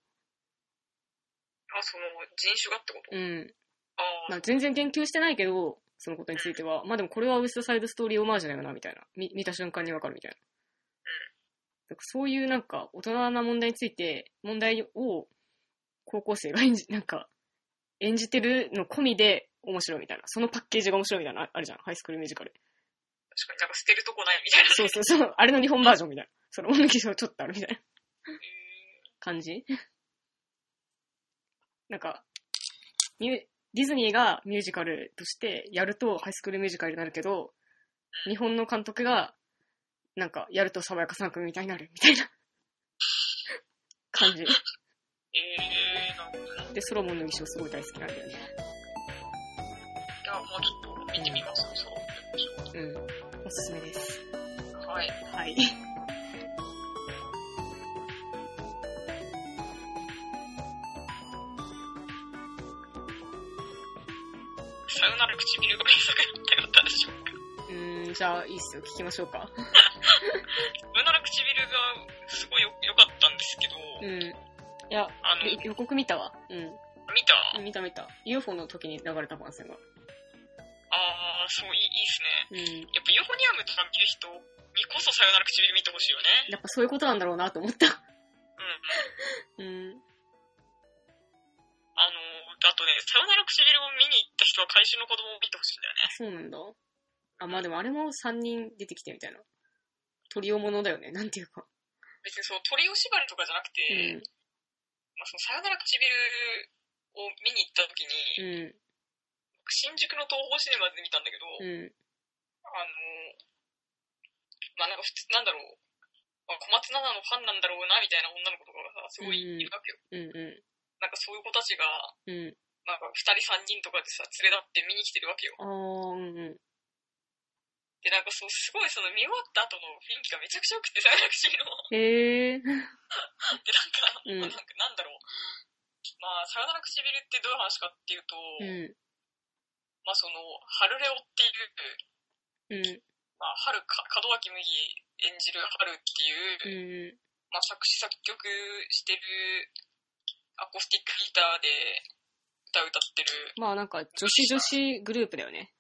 Speaker 2: あ、その、人種がってこと
Speaker 1: うん。
Speaker 2: あ
Speaker 1: ま
Speaker 2: あ、
Speaker 1: あ、全然言及してないけど、そのことについては。まあでもこれはウエストサイドストーリーオマージュだよな、みたいな。み見た瞬間にわかるみたいな。なんかそういうなんか大人な問題について、問題を高校生が演じ、なんか、演じてるの込みで面白いみたいな。そのパッケージが面白いみたいな、ああるじゃん。ハイスクールミュージカル。
Speaker 2: 確かになんか捨てるとこないみたいな。
Speaker 1: そうそうそう。あれの日本バージョンみたいな。その、おぬきちょっとあるみたいな。
Speaker 2: え
Speaker 1: 感じ なんか、ミュディズニーがミュージカルとしてやるとハイスクールミュージカルになるけど、日本の監督が、なんか、やると爽やかさんくんみたいになるみたいな 感じ。
Speaker 2: ー、えー、なんか、い
Speaker 1: で、ソロモンの衣装すごい大好きなんだよね。
Speaker 2: や、もうちょっと見てみますよ、そう。
Speaker 1: うん。おすすめです。
Speaker 2: はい。
Speaker 1: はい。
Speaker 2: さよなら唇が原作だったよったでしょうか。
Speaker 1: うーん、じゃあ、いいっすよ。聞きましょうか。
Speaker 2: さよなら唇がすごいよ良かったんですけど、
Speaker 1: うん。いや、
Speaker 2: あの、
Speaker 1: よ予告見たわ。
Speaker 2: 見た
Speaker 1: うん。見た見た。UFO の時に流れた番宣が。
Speaker 2: ああ、そう、いい、いいっす
Speaker 1: うん。
Speaker 2: ね。やっぱユーフォニアムとか見る人にこそさよなら唇見てほしいよね。
Speaker 1: やっぱそういうことなんだろうなと思った。
Speaker 2: うん。
Speaker 1: うん。
Speaker 2: あの、あとね、さよなら唇を見に行った人は怪獣の子供を見てほしいんだよ
Speaker 1: そうなん
Speaker 2: ね。
Speaker 1: だ。あ、まあでもあれも3人出てきてみたいな。鳥をものだよね、なんていうか。
Speaker 2: 別にその鳥を縛るとかじゃな
Speaker 1: う
Speaker 2: くて、
Speaker 1: ん。
Speaker 2: まあそのさよなら唇を見に行った時に、
Speaker 1: う
Speaker 2: 新宿の東宝シネマズで見たんだけど、
Speaker 1: ん。う
Speaker 2: あの、まあなんか普通、なんだろう、まあ、小松菜奈のファンなんだろうな、みたいな女の子とかがさ、すごいいるわけ
Speaker 1: ん。う
Speaker 2: よ。
Speaker 1: ん。う
Speaker 2: なんかそういう子たちが、
Speaker 1: ん。うん。
Speaker 2: なんか二人三人とかでさ、連れ立って見に来てるわけよ。
Speaker 1: あー、うんうん。
Speaker 2: で、なんかそう、すごいその見終わった後の雰囲気がめちゃくちゃ良くて、 さよなら唇
Speaker 1: へえ。
Speaker 2: の。で、
Speaker 1: うん
Speaker 2: なんか、なんかなんだろう。まあ、さよなら唇ってどういう話かっていうと、
Speaker 1: うん。
Speaker 2: まあその、春レオっていう、
Speaker 1: うん。
Speaker 2: まあ、春か、門脇麦演じる春っていう、
Speaker 1: う
Speaker 2: まあ作詞作曲してる、アコースティックギターで歌歌ってる、
Speaker 1: ん。まあなんか、女子女子グループだよね。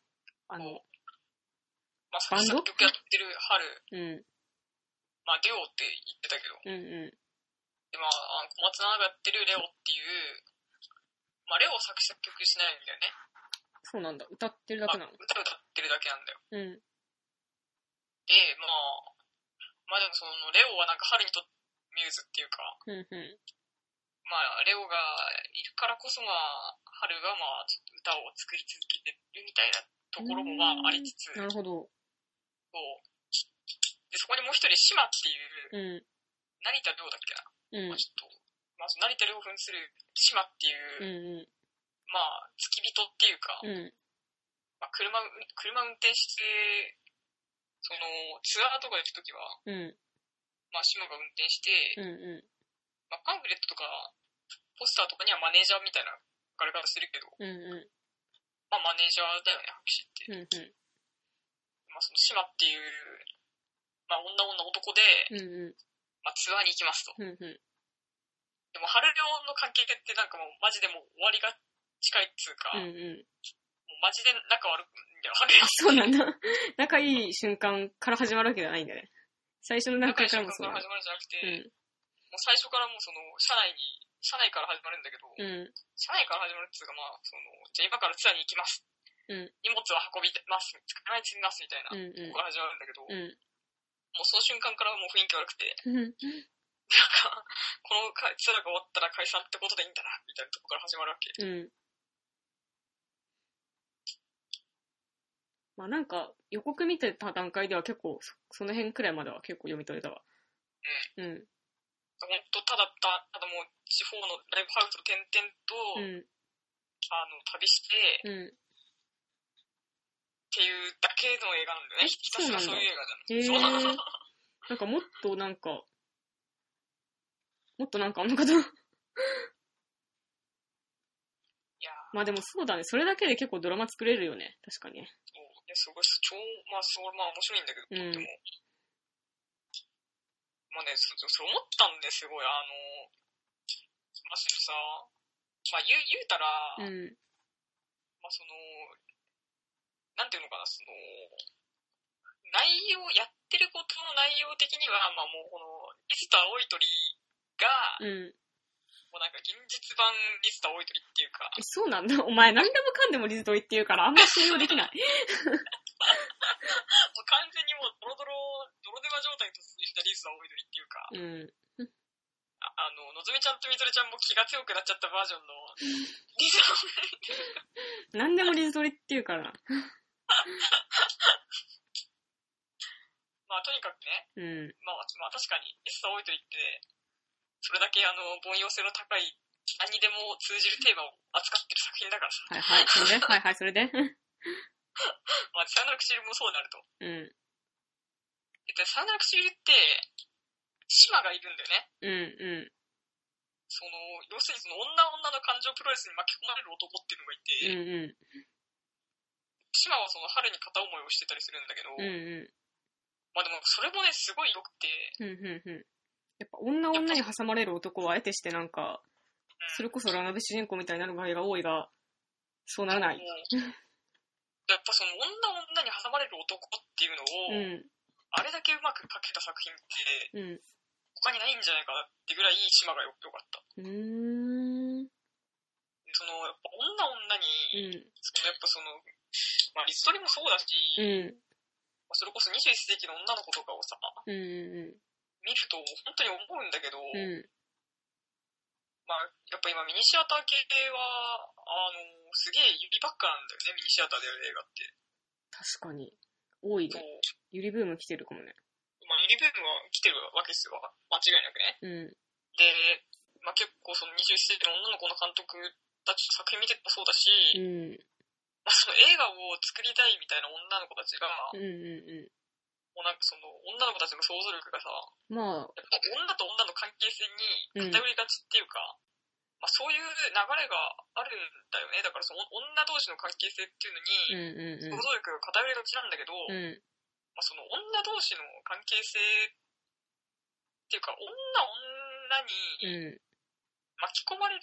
Speaker 1: あの、
Speaker 2: まあ作詞
Speaker 1: バンド
Speaker 2: 作曲やってる春、
Speaker 1: うん。
Speaker 2: まあ、レオって言ってたけど、
Speaker 1: うんう
Speaker 2: で、まあ、あの小松菜奈がやってるレオっていう、まあ、レオ作詞作曲しないんだよね。
Speaker 1: ん。そうなんだ。歌ってるだ
Speaker 2: ま
Speaker 1: けなの
Speaker 2: あ、歌歌。ってるだけなんだ
Speaker 1: うん。
Speaker 2: よ。で、まあ、まあでもその、レオはなんか春にとってミューズっていうか、
Speaker 1: うんう
Speaker 2: まあ、レオがいるからこそ、まあ、春がまあ、ちょっと歌を作り続けてるみたいなところもまあ、ありつつ、
Speaker 1: ん。なるほど。
Speaker 2: こうで、そこにもう一人、シマってい
Speaker 1: う
Speaker 2: う、
Speaker 1: ん。
Speaker 2: 成田亮だっけ
Speaker 1: うん
Speaker 2: な、まあ、。ちょっと、まあ、その成田亮扮するシマって
Speaker 1: うん
Speaker 2: い
Speaker 1: う
Speaker 2: う、まあ、付き人っていうか、
Speaker 1: ん。う
Speaker 2: まあ、車、車運転して、その、ツアーとか行くときは、
Speaker 1: ん。うん。
Speaker 2: まあ、シマが運転して、
Speaker 1: うんう
Speaker 2: まあ、パンフレットとか、ポスターとかにはマネージャーみたいな書かれ方してるけど、
Speaker 1: ん。うんう
Speaker 2: まあ、マネージャーだよね、白紙って。
Speaker 1: ん。うん
Speaker 2: まあ、その、島っていう、まあ、女女男で、
Speaker 1: うん。うん
Speaker 2: まあ、ツアーに行きますと。
Speaker 1: うん。うんう
Speaker 2: でも、春寮の関係ってなんかもう、マジでもう終わりが近いっつうか、
Speaker 1: ん。うんうん。
Speaker 2: もうマジで仲悪くんだよ、春寮。
Speaker 1: そうなんだ。 仲いい瞬間から始まるわけじゃないんだね。最初の段
Speaker 2: 仲
Speaker 1: 階
Speaker 2: 良い
Speaker 1: から
Speaker 2: 瞬
Speaker 1: もそう
Speaker 2: 間
Speaker 1: だ
Speaker 2: か
Speaker 1: ね
Speaker 2: ら始。まるんじゃなくて、
Speaker 1: うん。
Speaker 2: もう最初からもうその、社内に、社内から始まるんだけど、
Speaker 1: うん。
Speaker 2: 社内から始まるっつうか、まあ、その、じゃあ今からツアーに行きます。
Speaker 1: うん
Speaker 2: 荷物を運びます、使わない積みますみたいな、
Speaker 1: うん
Speaker 2: こ
Speaker 1: う
Speaker 2: こから始まるんだけど、
Speaker 1: ん。うん。
Speaker 2: もうその瞬間からもう雰囲気悪くて、
Speaker 1: うん。
Speaker 2: なんか、この会ツアーが終わったら解散ってことでいいんだな、みたいなとこから始まるわけ。
Speaker 1: うん。まあなんか、予告見てた段階では結構、そその辺くらいまでは結構読み取れたわ。うん。
Speaker 2: ほんと、ただ、たただもう、地方のライブハウスを転々
Speaker 1: う
Speaker 2: と、
Speaker 1: ん。
Speaker 2: あの、旅して、
Speaker 1: う
Speaker 2: っ
Speaker 1: ん。
Speaker 2: ていうだけの映画なんだよね。
Speaker 1: え
Speaker 2: ひたすら
Speaker 1: そ
Speaker 2: そうう
Speaker 1: なんだ
Speaker 2: いう映画だ
Speaker 1: へえ
Speaker 2: そう
Speaker 1: ー。なんかもっとなんか、もっとなんかあんのかと。
Speaker 2: いや
Speaker 1: まあでもそうだね。それだけで結構ドラマ作れるよね。確かにね。
Speaker 2: もう、いや、すごい、超、まあ、そう、まあ、面白いんだけど、
Speaker 1: うん
Speaker 2: とっても。まあね、そそう、思ったんですごい、あの、まあ、そのさ、まあ、言う、言うたら、
Speaker 1: うん。
Speaker 2: まあその、なんていうのかな、その、内容、やってることの内容的には、まあもうこの、リスタ青い鳥が、
Speaker 1: うん。
Speaker 2: もうなんか現実版リスタ青い鳥っていうか、
Speaker 1: えそうなんだ。 お前何でもかんでもリズドイって言うから、あんま信用できない。
Speaker 2: もう完全にもうドロドロ、ドロデマ状態に突入したリスタ青い鳥っていうか、
Speaker 1: うん。
Speaker 2: ああの、のぞみちゃんとみぞれちゃんも気が強くなっちゃったバージョンの、リスタ青い鳥っていうか
Speaker 1: 何でもリズドイって言うからな。
Speaker 2: まあとにかく
Speaker 1: うん。
Speaker 2: ね、まあ、まあ確かに、リスト多いと言って、それだけあの、凡庸性の高い、何にでも通じるテーマを扱ってる作品だからさ。
Speaker 1: はいはい、それで。はいはい、それで。
Speaker 2: まあ、サヨナラクシルもそうなると。
Speaker 1: うん。
Speaker 2: えっと、サヨナラクシルって、島がいるんだよ
Speaker 1: うん、
Speaker 2: ね。
Speaker 1: う
Speaker 2: その、要するにその女女の感情プロレスに巻き込まれる男って
Speaker 1: ん。うん、
Speaker 2: いうのがいて、
Speaker 1: う
Speaker 2: 島はその春に片思いをしてたりするんだけ
Speaker 1: ん。
Speaker 2: ど、
Speaker 1: うん、うん。
Speaker 2: まあでもそれもね、すごい良くて、
Speaker 1: うん、うん、うん。やっぱ女女に挟まれる男は得てしてなんか、それこそラナベ主人公みたいになる場合が多いが、そうならない。
Speaker 2: もうやっぱその女女に挟まれる男っていうの
Speaker 1: う
Speaker 2: を、
Speaker 1: ん、
Speaker 2: あれだけうまく描けた作品って、
Speaker 1: うん。
Speaker 2: 他にないんじゃないかなってぐらいいい島がよ良かった。
Speaker 1: うーん。
Speaker 2: その、やっぱ女
Speaker 1: う
Speaker 2: 女に、
Speaker 1: ん。
Speaker 2: そのやっぱその、まあリストリもそうだし、
Speaker 1: うん。
Speaker 2: まあそれこそ21世紀の女の子とかをさ、
Speaker 1: うん。う
Speaker 2: 見ると本当に思うんだけど、
Speaker 1: ん。う
Speaker 2: まあやっぱ今ミニシアター系は、あの、すげえ指ばっかなんだよね、ミニシアターでやる映画って。
Speaker 1: 確かに。多い
Speaker 2: そう
Speaker 1: ね。。ゆりブーム来てるかもね。
Speaker 2: まあユリブームは来てるわけですよ。間違いなく
Speaker 1: うん。
Speaker 2: ね。で、まあ結構その21世紀の女の子の監督たち作品見てもそうだし、
Speaker 1: うん。
Speaker 2: まあその映画を作りたいみたいな女の子たちが、
Speaker 1: うん。う
Speaker 2: もうなんかその女の子たちの想像力がさ、や
Speaker 1: ん。うん。まあ、
Speaker 2: っぱ女と女の関係性に偏りがちっていうか、まあそういう流れがあるんだよね。だからその女同士の関係性って
Speaker 1: うん。
Speaker 2: いう
Speaker 1: う
Speaker 2: のに、想像力が偏りがちなんだけど、
Speaker 1: ん。うん。う
Speaker 2: まあその女同士の関係性っていうか、女
Speaker 1: ん。
Speaker 2: 女に
Speaker 1: う
Speaker 2: 巻き込まれる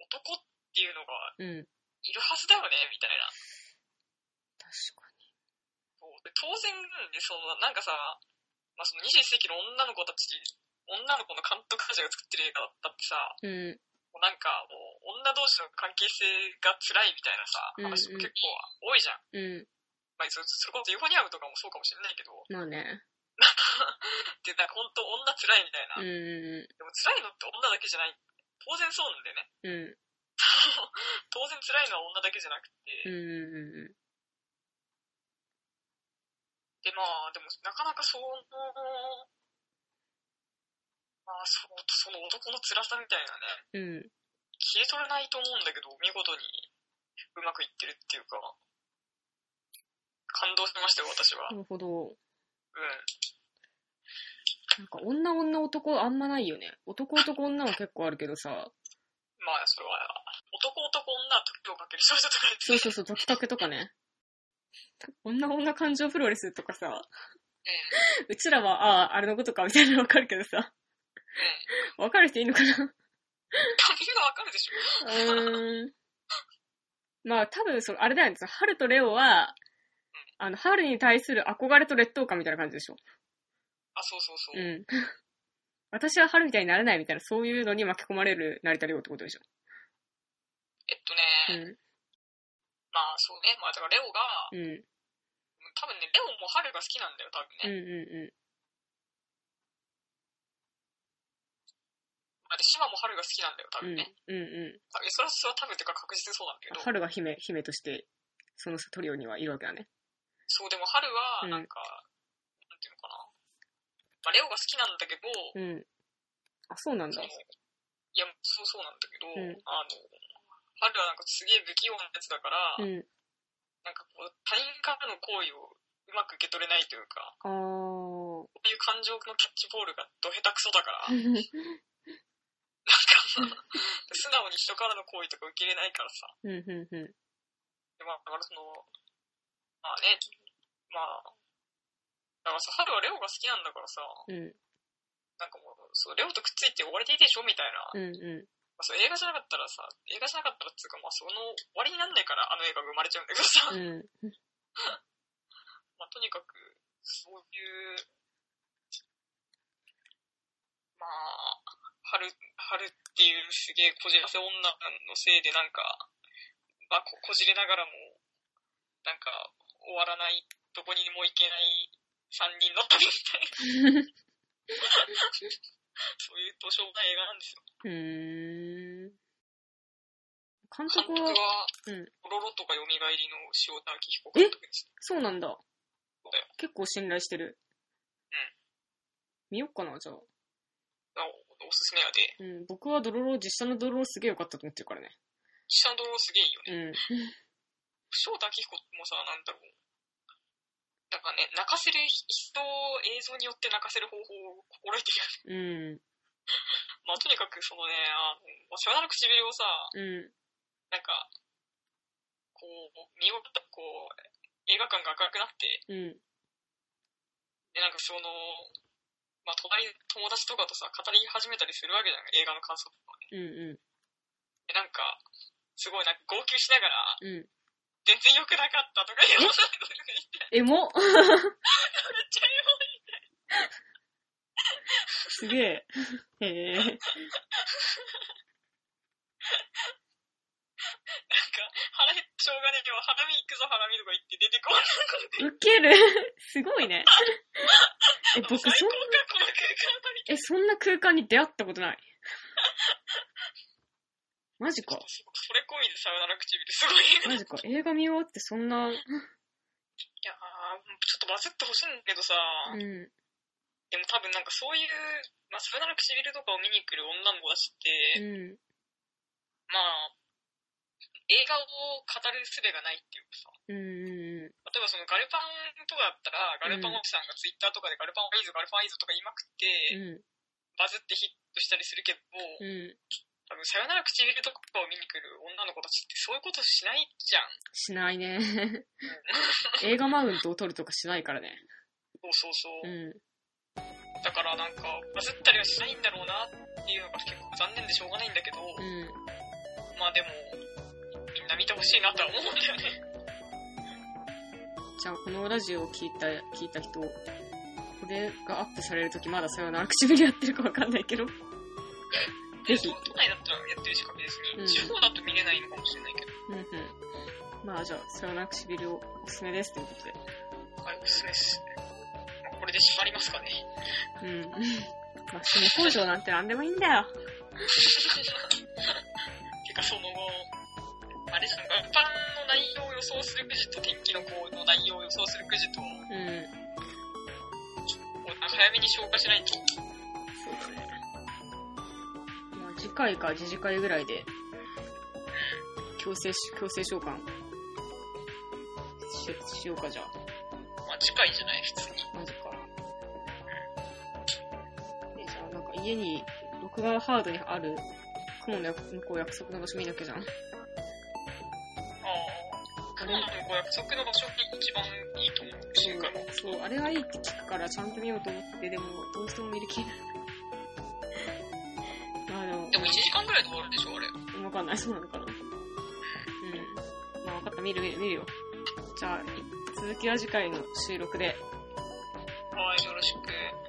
Speaker 2: 男っていうのが
Speaker 1: ん。うん。
Speaker 2: いるはずだよね、みたいな。
Speaker 1: 確か
Speaker 2: そうで当然でそのなんかさ、まあ、その21世紀の女の子たち女の子の監督たちが作ってる映画だったってさ
Speaker 1: に。う
Speaker 2: もうなんかもう女同士の関係性が辛いみたいなさ
Speaker 1: うんうん
Speaker 2: 話も結構多いじゃ
Speaker 1: ん。
Speaker 2: ん、
Speaker 1: う
Speaker 2: まあ、そそれこそユーフォニアムとかもそうかもしれないけど
Speaker 1: ん。まあね。
Speaker 2: でなんか本当女辛いみた
Speaker 1: うん。
Speaker 2: いな、でも辛いのって女だけじゃない当然そうなんだよね
Speaker 1: う
Speaker 2: 当然辛いのは女だけじゃなく
Speaker 1: ん。うん。う
Speaker 2: て、でまあでもなかなかそのまあそその男の辛さみたいな
Speaker 1: ん。うん。
Speaker 2: ね消え取れないと思うんだけど、見事にうまくいってるっていうか、感動しましたよ、私は。う
Speaker 1: なるほど。
Speaker 2: ん。
Speaker 1: なんか女女男あんまないよね。男男女は結構あるけどさ。
Speaker 2: まあ、それは、男男女は時をかける少女とか言って、
Speaker 1: そうそうそう、時かけとかね。女女感情プロレスとかさ。うちらは、ああ、あれのことかみたいなのわかるけどさ。
Speaker 2: うん。
Speaker 1: わかる人いいのかな
Speaker 2: 感じがわかるでしょ。
Speaker 1: うーん。まあ多分、その、あれだよね、その春とレオは、あの、春に対する憧れと劣等感みたいな感じでしょ。
Speaker 2: あ、そうそうそうう。
Speaker 1: ん。 私は春みたいになれないみたいな、そういうのに巻き込まれる成田レオってことでしょ。
Speaker 2: えっと
Speaker 1: う
Speaker 2: ね、
Speaker 1: ん。
Speaker 2: まあそうね、まあだからレオが、
Speaker 1: うん。う
Speaker 2: 多分ね、レオも春が好きなんだよ、多
Speaker 1: ん
Speaker 2: 分ね。
Speaker 1: う
Speaker 2: まあで、島も春が好きなんだよ、多
Speaker 1: んうん。う
Speaker 2: 分
Speaker 1: ん。うん
Speaker 2: ね。
Speaker 1: う
Speaker 2: 多分それはそれは多分っていうか確実にそうなんだけ
Speaker 1: ん。
Speaker 2: ど、
Speaker 1: 春が姫、姫として、そのトリオにはいるわけだね。
Speaker 2: そう、でも春
Speaker 1: うん
Speaker 2: は、なんか、なんていうのかな。まあ、レオが好きなんだけど、
Speaker 1: うん。あ、そうなんだ。
Speaker 2: いや、そうそうなんだけど、
Speaker 1: うん
Speaker 2: あの、春はなんかすげえ不器用なやつだから、
Speaker 1: うん。
Speaker 2: なんかこう、他人からの行為をうまく受け取れないというか、
Speaker 1: あー。
Speaker 2: こういう感情のキャッチボールがど下手くそだから、なんか、素直に人からの行為とか受け入れないからさ、
Speaker 1: うんうんうん。
Speaker 2: でまあ、だからその、まあね、まあ、だからさ、春はレオが好きなんだからさ、
Speaker 1: うん
Speaker 2: なんかもう、そうレオとくっついて終わりでいいでしょみたいな
Speaker 1: うんう
Speaker 2: まあ、そう映画じゃなかったらさ、映画じゃなかったらっつうか、まあ、その終わりになんないからあの映画が生まれちゃうんだけどさ、
Speaker 1: うん。
Speaker 2: まあ、とにかく、そういう、まあ、春、春っていうすげえこじらせ女のせいでなんか、まあ、ここじれながらも、なんか、終わらない、どこにも行けない三人の旅みたいな、 そういうどうしようもない映画なんですよ。
Speaker 1: うーん。監
Speaker 2: 監
Speaker 1: 督
Speaker 2: 督
Speaker 1: は、
Speaker 2: は、
Speaker 1: うん
Speaker 2: ロロとか蘇りの塩田明彦監督です。
Speaker 1: そうなんだ
Speaker 2: うだよ。
Speaker 1: 結構信頼してる。見よっかな、じゃあ。
Speaker 2: なおおすすめや
Speaker 1: うん、
Speaker 2: で、
Speaker 1: 僕はドロロ、実写のドロロすげえ良かったと思ってるからね。
Speaker 2: 下のドローすげえいい
Speaker 1: う
Speaker 2: よね。
Speaker 1: ん。
Speaker 2: 翔太明子もさ、なんだろう。なんかね、泣かせる人を映像によって泣かせる方法を心得てるよね。
Speaker 1: う
Speaker 2: まあ、とにかくそのね、 あの、さよなら唇をさ、
Speaker 1: ん。う
Speaker 2: なんか、こう、見事った、こう、映画館が明るくなって、
Speaker 1: ん。うん。
Speaker 2: で、なんかその、まあ、隣、友達とかとさ、語り始めたりするわけじゃん、映画の感想とかね。
Speaker 1: うん。
Speaker 2: で、なんか、すごいなんか号泣しながら、
Speaker 1: うん。うん。
Speaker 2: 全然良くなかったとか言わないこととか言って、
Speaker 1: エモ
Speaker 2: めっちゃ言う
Speaker 1: すげ え。へえ。
Speaker 2: なんか、腹減ってしょうがねえけど、ハラミ行くぞ、ハラミとか言って出てこない。
Speaker 1: ウケるすごいね。え、僕そん
Speaker 2: 最高
Speaker 1: な、
Speaker 2: か、この空間の
Speaker 1: え、そんな空間に
Speaker 2: み
Speaker 1: 出会ったこと ない。マジ
Speaker 2: た
Speaker 1: か
Speaker 2: いな。。それ込みでさよなら唇、すごい。い
Speaker 1: マジか。映画見終わってそんな、
Speaker 2: やー、ちょっとバズってほしいんだけどさ、
Speaker 1: うん。
Speaker 2: でも多分なんかそういう、まあ、さよなら唇とかを見に来る女の子たち
Speaker 1: う
Speaker 2: って、
Speaker 1: ん。
Speaker 2: まあ、映画を語る術がないっていうかさ、
Speaker 1: うんうん
Speaker 2: 例えばそのガルパンとかだったら、ガルパンおじさんがツイッターとかでガルパンはいいぞ、ガルパンはいいぞとか言いまくっ
Speaker 1: うん。
Speaker 2: て、
Speaker 1: う
Speaker 2: バズってヒットしたりするけど、
Speaker 1: ん。うん。
Speaker 2: 多分さよなら唇とかを見に来る女の子たちってそういうことしないじゃん。
Speaker 1: しないね。映画マウントを撮るとかしないからね。
Speaker 2: そうそうそう
Speaker 1: う。ん。
Speaker 2: だからなんか、バズったりはしないんだろうなっていうのが結構残念でしょうがないんだけど、
Speaker 1: うん。
Speaker 2: まあでも、みんな見てほしいなとは思うんだよね。
Speaker 1: じゃあ、このラジオを聞いた、聞いた人、これがアップされるときまださよなら唇やってるかわかんないけ ど。ぜひ。
Speaker 2: 都内だったらやってるし確実
Speaker 1: う
Speaker 2: に、
Speaker 1: ん
Speaker 2: 地方だと見れないのかもしれないけど、
Speaker 1: うんうん。まあじゃあ、さよなら唇をおすすめですということで。
Speaker 2: はい、おすすめです。まあこれで閉まりますかね。
Speaker 1: うん。 まあ、下工場なんて何でもいいんだよ。
Speaker 2: てかその後、あれじゃん、元旦の内容を予想するくじと天気の子の内容を予想するくじと、こ
Speaker 1: うん。
Speaker 2: う早めに消化しないと、
Speaker 1: そうだね。まあ、次回か次次回ぐらいで、強制し、強制召喚し、しようかじゃあ。
Speaker 2: まあ近いじゃない、普通に。
Speaker 1: マジか。え、じゃあなんか家に、録画ハードにある、雲の約向こう約束の場所見なきゃじゃん。
Speaker 2: ああ、雲の子約束の場所に一番いいと思う、新海も。
Speaker 1: そう、あれがいいって聞くからちゃんと見ようと思って、でも、どうしても見る気にならない。まあでも
Speaker 2: で、も1時間ぐらいで終わるでしょ、あれ。
Speaker 1: わかんない、そうなのかな。うん。まあ、わかった、見る見る見るよ。じゃあ、続きは次回の収録で。
Speaker 2: はい、よろしく。